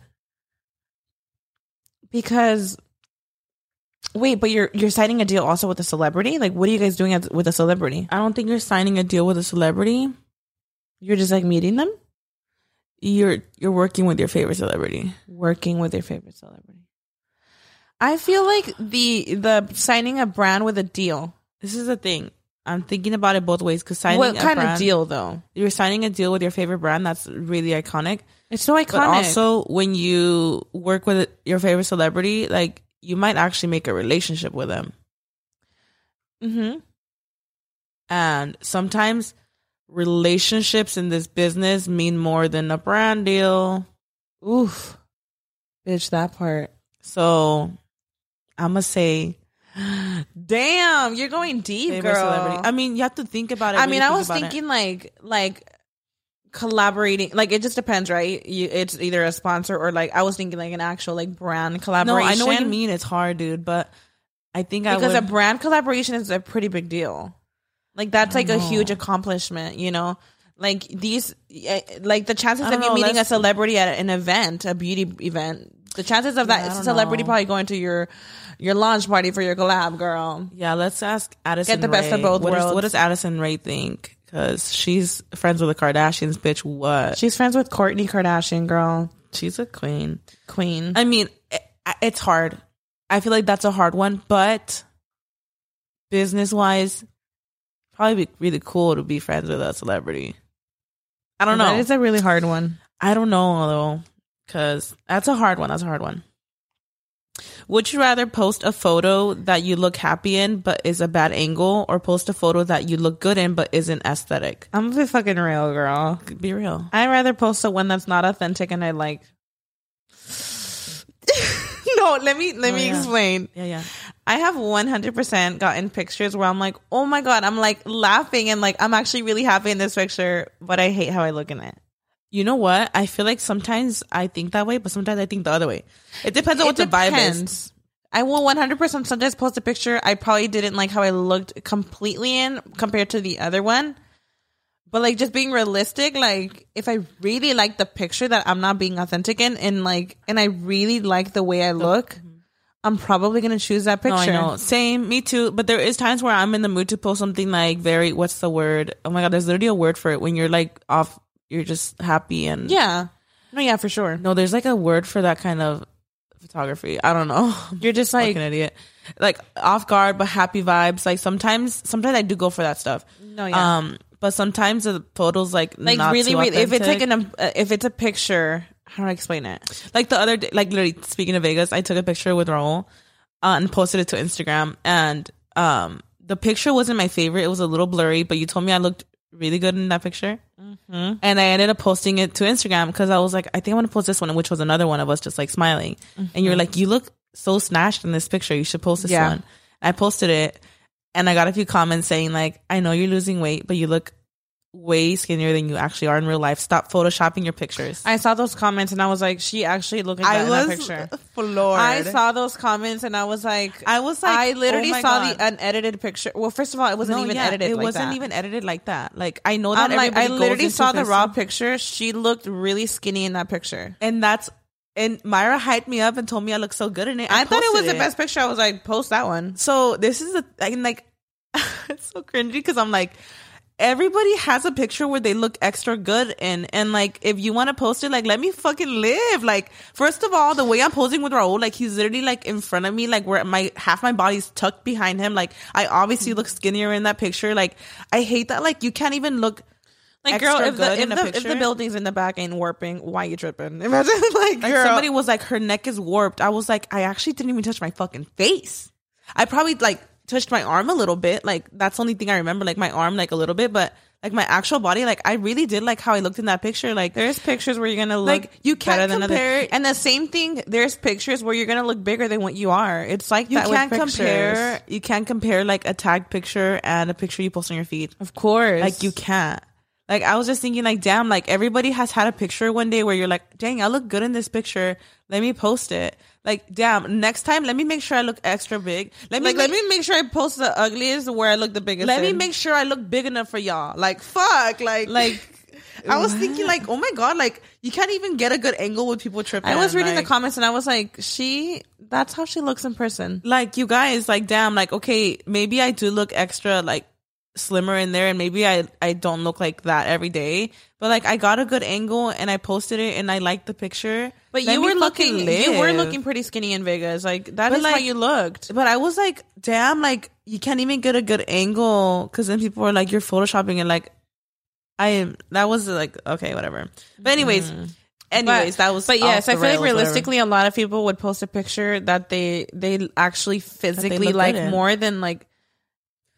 S2: because wait but you're you're signing a deal also with a celebrity like what are you guys doing as, with a celebrity
S1: I don't think you're signing a deal with a celebrity.
S2: you're just like meeting them
S1: You're you're working with your favorite celebrity.
S2: working with your favorite celebrity i feel like the the signing a brand with a deal
S1: This is the thing. I'm thinking about it both ways because signing
S2: what
S1: a
S2: kind of
S1: brand-
S2: deal though
S1: You're signing a deal with your favorite brand. That's really iconic.
S2: it's so iconic
S1: But also, when you work with your favorite celebrity, like you might actually make a relationship with them.
S2: mm-hmm.
S1: And sometimes relationships in this business mean more than a brand deal.
S2: oof bitch that part
S1: So I'm gonna say
S2: damn you're going deep
S1: favorite
S2: girl
S1: celebrity. I mean, you have to think about it.
S2: I
S1: really
S2: mean, I
S1: think
S2: was
S1: about it.
S2: thinking like like collaborating. Like it just depends, right? You, it's either a sponsor or like I was thinking like an actual like brand
S1: No,
S2: collaboration.
S1: I know what you mean. It's hard, dude, but I think I
S2: Because
S1: would.
S2: a brand collaboration is a pretty big deal. Like that's
S1: I
S2: like
S1: don't
S2: a huge
S1: know.
S2: accomplishment, you know. Like these, eh, like the chances
S1: I
S2: of
S1: don't
S2: you
S1: know,
S2: meeting a
S1: let's-
S2: celebrity at an event, a beauty event, the chances of
S1: I
S2: that
S1: don't
S2: celebrity
S1: know.
S2: probably going to your your launch party for your collab, girl.
S1: yeah, let's ask Addison.
S2: the best
S1: Rae.
S2: of both
S1: What is-
S2: worlds.
S1: what does Addison Ray think? Because she's friends with the Kardashians, bitch. What?
S2: She's friends with Courtney Kardashian, girl,
S1: She's a queen.
S2: queen.
S1: I mean, eh, i it's hard. I feel like that's a hard one, but business wise, probably be really cool to be friends with a celebrity. I don't know.
S2: That is a really hard one.
S1: I don't know though, because that's a hard one. That's a hard one. Would you rather post a photo that you look happy in but is a bad angle, or post a photo that you look good in but isn't aesthetic?
S2: I'm the fucking real girl.
S1: Be real.
S2: I'd rather post a one that's not authentic and I like. no, let me let
S1: Oh,
S2: me
S1: yeah.
S2: explain.
S1: Yeah, yeah.
S2: I have 100% gotten pictures where I'm like, oh my god, I'm like laughing and like I'm actually really happy in this picture, but I hate how I look in it.
S1: You know what? I feel like sometimes I think that way, but sometimes I think the other way. It depends on what
S2: It
S1: the vibe is.
S2: depends. I will 100% sometimes post a picture I probably didn't like how I looked completely in compared to the other one. But like just being realistic, like if I really like the picture that I'm not being authentic in and like and I really like the way I look, I'm probably going to choose that picture.
S1: Mm-hmm. No, I know. Same, me too. But there is times where I'm in the mood to post something like very what's the word? Oh my god, there's literally a word for it when you're like off you're just happy and
S2: Yeah. No, yeah, for sure.
S1: No, there's like a word for that kind of photography. I don't know.
S2: You're just
S1: like
S2: like
S1: an idiot. Like off guard but happy vibes. Like sometimes sometimes I do go for that stuff.
S2: No, yeah.
S1: Um but sometimes the photos like
S2: like
S1: not
S2: really
S1: too
S2: really if it's like
S1: authentic.
S2: an um, uh, if it's a picture, how do I explain it?
S1: like the other day like literally speaking of Vegas, I took a picture with Raul uh, and posted it to Instagram and um the picture wasn't my favorite. It was a little blurry, but you told me I looked really good in that picture. And I ended up posting it to Instagram because I was like, I think I want to post this one, which was another one of us just like smiling. And you were like, you look so snatched in this picture. You should post this
S2: Yeah.
S1: one. I posted it and I got a few comments saying like, I know you're losing weight, but you look way skinnier than you actually are in real life. Stop photoshopping your pictures.
S2: I saw those comments and I was like, she actually looked like that in that picture.
S1: floored.
S2: I saw those comments and I was like, I,
S1: I was like,
S2: literally
S1: oh my
S2: saw
S1: God.
S2: the unedited picture. Well, first of all, it wasn't
S1: No,
S2: even
S1: yeah,
S2: edited.
S1: It
S2: like
S1: wasn't
S2: that.
S1: even edited like that. Like I know that
S2: I'm like, I
S1: everybody goes
S2: literally
S1: into
S2: saw the
S1: this-
S2: raw picture. She looked really skinny in that picture.
S1: and that's and Myra hyped me up and told me I look so good in it.
S2: I, thought it was
S1: posted
S2: the best picture. I was like, post that one.
S1: So this is a I mean, like it's so cringy because I'm like everybody has a picture where they look extra good in and like if you want to post it like let me fucking live like first of all the way i'm posing with raul like he's literally like in front of me like where my half my body's tucked behind him like i obviously look skinnier in that picture like i hate that like you can't even look
S2: Like, girl,
S1: extra
S2: if
S1: good
S2: the, if,
S1: in a
S2: the, if the
S1: picture.
S2: building's in the back ain't warping, why you tripping? Imagine, like,
S1: like
S2: girl.
S1: somebody was like her neck is warped i was like i actually didn't even touch my fucking face i probably like touched my arm a little bit like that's the only thing i remember like my arm like a little bit but like my actual body like i really did like how i looked in that picture like
S2: There's pictures where you're gonna look
S1: like you can't
S2: better than
S1: compare
S2: other, and the same thing. There's pictures where you're gonna look bigger than what you are. It's like
S1: you
S2: that
S1: can't
S2: with pictures.
S1: compare you can't compare like a tagged picture and a picture you post on your feed
S2: of course.
S1: like you can't like i was just thinking like damn like everybody has had a picture one day where you're like dang i look good in this picture let me post it like damn next time let me make sure i look extra big let me
S2: like. Let
S1: make-
S2: me make sure I post the ugliest where I look the biggest.
S1: let me
S2: in.
S1: make sure i look big enough for y'all like fuck like
S2: Like,
S1: i was thinking like oh my god like you can't even get a good angle with people tripping
S2: I was reading
S1: like-
S2: the comments and I was like, she. That's how she looks in person.
S1: like you guys like damn like okay maybe i do look extra like slimmer in there and maybe i i don't look like that every day but like i got a good angle and i posted it and i liked the picture
S2: But
S1: Let
S2: you
S1: me
S2: were
S1: fucking
S2: looking. You were
S1: live.
S2: looking pretty skinny in Vegas. Like that is
S1: But,
S2: how
S1: like,
S2: you looked.
S1: but i was like damn like you can't even get a good angle because then people are like you're photoshopping and like i am that was like okay whatever but anyways anyways that was
S2: Mm. But yes,
S1: off
S2: I
S1: the
S2: feel
S1: rails,
S2: like
S1: whatever.
S2: realistically, a lot of people would post a picture that they they actually physically
S1: look
S2: like
S1: good in.
S2: more than like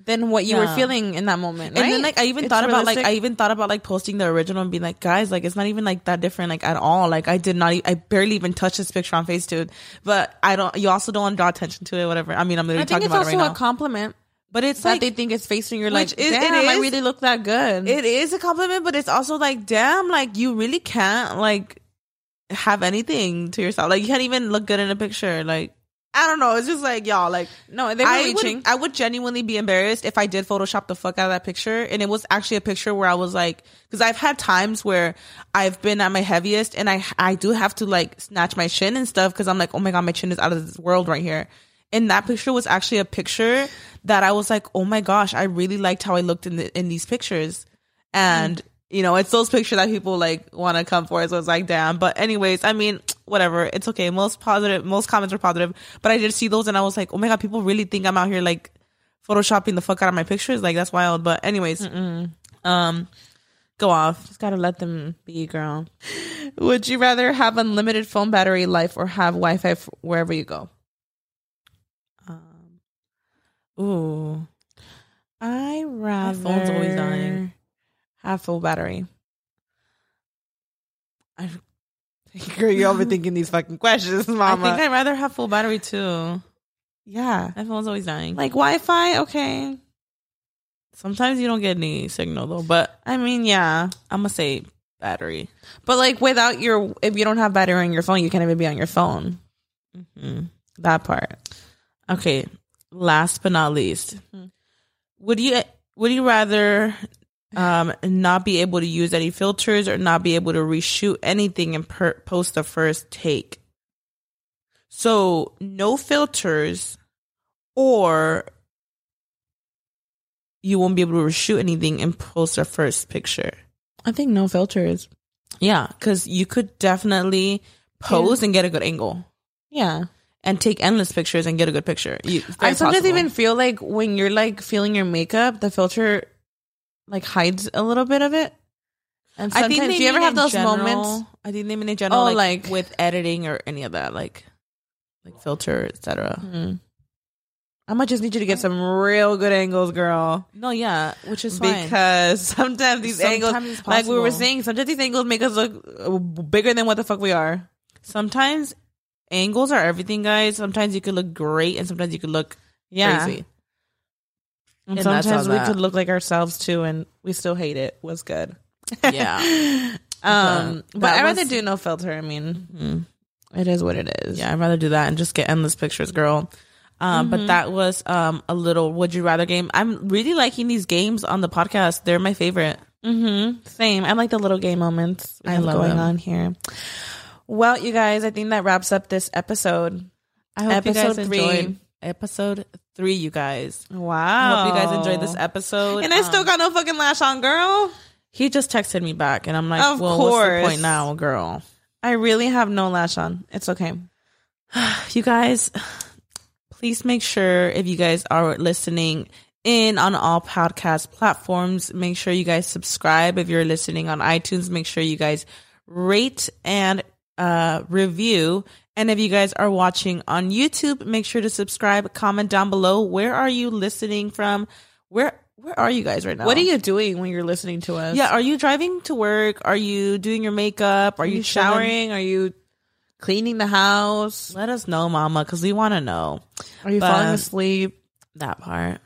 S2: than what you were
S1: Yeah.
S2: feeling in that moment.
S1: And
S2: right?
S1: then like I even
S2: It's
S1: thought about like I
S2: realistic.
S1: even thought about like posting the original and being like, guys, like it's not even like that different like at all. Like I did not, e- I barely even touched this picture on Facetune. But I don't. You also don't want to draw attention to it. Whatever. I mean, I'm
S2: I,
S1: literally
S2: think
S1: talking
S2: it's
S1: about
S2: also
S1: it right
S2: a
S1: now.
S2: compliment
S1: But it's
S2: that
S1: like
S2: they think it's facing. You're
S1: Which
S2: like,
S1: is- it
S2: damn, I
S1: is-
S2: really look that good.
S1: it is a compliment, but it's also like, damn, like you really can't like have anything to yourself. Like you can't even look good in a picture. Like I don't know. It's just like y'all like.
S2: no, they were
S1: I
S2: reaching.
S1: would, I would genuinely be embarrassed if I did Photoshop the fuck out of that picture. And it was actually a picture where I was like, because I've had times where I've been at my heaviest and I I do have to like snatch my chin and stuff because I'm like, oh my god, my chin is out of this world right here. And that picture was actually a picture that I was like, oh my gosh, I really liked how I looked in the, in these pictures. And
S2: Mm.
S1: you know, it's those pictures that people like want to come for. So it's like, damn. But anyways, I mean, whatever. It's okay. Most positive, most comments are positive. But I did see those, and I was like, oh my god, people really think I'm out here like photoshopping the fuck out of my pictures. Like that's wild. But anyways, um, go off.
S2: Just gotta let them be, girl. Would you rather have unlimited phone battery life or have Wi-Fi f- wherever you go? Um,
S1: Ooh,
S2: I rather
S1: phone's always dying.
S2: Have full battery.
S1: girl, you're overthinking these fucking questions,
S2: mama.
S1: I think I'd rather have full battery too.
S2: Yeah,
S1: My phone's always dying. Like
S2: like Wi-Fi. Okay,
S1: sometimes you don't get any signal though. But
S2: I mean, yeah,
S1: I'm gonna say battery.
S2: but like without your, if you don't have battery on your phone, you can't even be on your phone. That part.
S1: Mm-hmm. Okay. Last but not least,
S2: Mm-hmm.
S1: would you would you rather um not be able to use any filters or not be able to reshoot anything and per- post the first take? So no filters, or you won't be able to reshoot anything and post the first picture.
S2: I think no filters.
S1: Yeah, because you could definitely pose and get a good angle.
S2: Yeah,
S1: And take endless pictures and get a good picture. You,
S2: I
S1: very
S2: sometimes
S1: possible.
S2: even feel like when you're like feeling your makeup, the filter like hides a little bit of it. And sometimes, do you ever
S1: mean
S2: have
S1: in
S2: those
S1: general-
S2: moments?
S1: I think they mean in general,
S2: Oh,
S1: like,
S2: like-
S1: with editing or any of that, like like filter, etc.
S2: Mm-hmm. I might just need you to get some real good angles, girl.
S1: No, yeah, which is fine.
S2: Because sometimes these
S1: Sometimes
S2: angles,
S1: it's
S2: like we were
S1: possible.
S2: saying, sometimes these angles make us look uh, bigger than what the fuck we are.
S1: Sometimes angles are everything, guys. Sometimes you could look great, and sometimes you could look
S2: Yeah.
S1: crazy.
S2: And,
S1: And that's
S2: sometimes
S1: all
S2: we
S1: that.
S2: could look like ourselves too, and we still hate it. Was good.
S1: Yeah,
S2: Um, but,
S1: that
S2: I'd rather
S1: was-
S2: do no filter. I mean, it is what it is.
S1: yeah. I'd rather do that and just get endless pictures, girl. Um,
S2: Mm-hmm.
S1: But that was um a little would you rather game. I'm really liking these games on the podcast. They're my favorite.
S2: Mm-hmm. Same. I like the little gay moments we
S1: I
S2: have
S1: love
S2: going
S1: them.
S2: on here. Well, you guys, I think that wraps up this episode.
S1: I hope you guys
S2: Episode three.
S1: enjoyed episode three, you guys.
S2: Wow.
S1: I hope you guys enjoyed this episode.
S2: And I
S1: Um,
S2: still got no fucking lash on, girl.
S1: He just texted me back, and I'm like,
S2: Of
S1: well, what's
S2: course.
S1: the point now, girl?
S2: I really have no lash on. It's okay.
S1: You guys, please make sure if you guys are listening in on all podcast platforms, make sure you guys subscribe. If you're listening on iTunes, make sure you guys rate and uh, review. And if you guys are watching on YouTube, make sure to subscribe. Comment down below. Where are you listening from? Where Where are you guys right now?
S2: What are you doing when you're listening to us?
S1: Yeah, are you driving to work? Are you doing your makeup? Are
S2: Are
S1: you,
S2: you
S1: chilling?
S2: showering? Are you cleaning the house?
S1: Let us know, Mama, because we want to know
S2: Are you
S1: But-
S2: falling asleep?
S1: that part.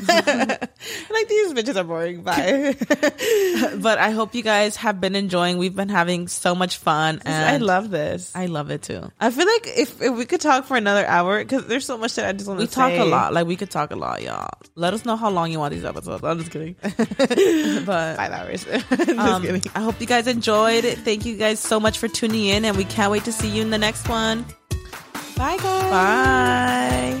S2: like these bitches are boring. Bye.
S1: but I hope you guys have been enjoying. We've been having so much fun, and
S2: I love this. I,
S1: I love it too.
S2: feel like if, if we could talk for another hour, because there's so much that I just want to
S1: We talk a lot. Like we could talk a lot, y'all. Let us know how long you want these episodes. I'm just kidding. but
S2: Five hours. Just
S1: um,
S2: kidding.
S1: I hope you guys enjoyed. Thank you guys so much for tuning in, and we can't wait to see you in the next one.
S2: Bye, guys.
S1: Bye.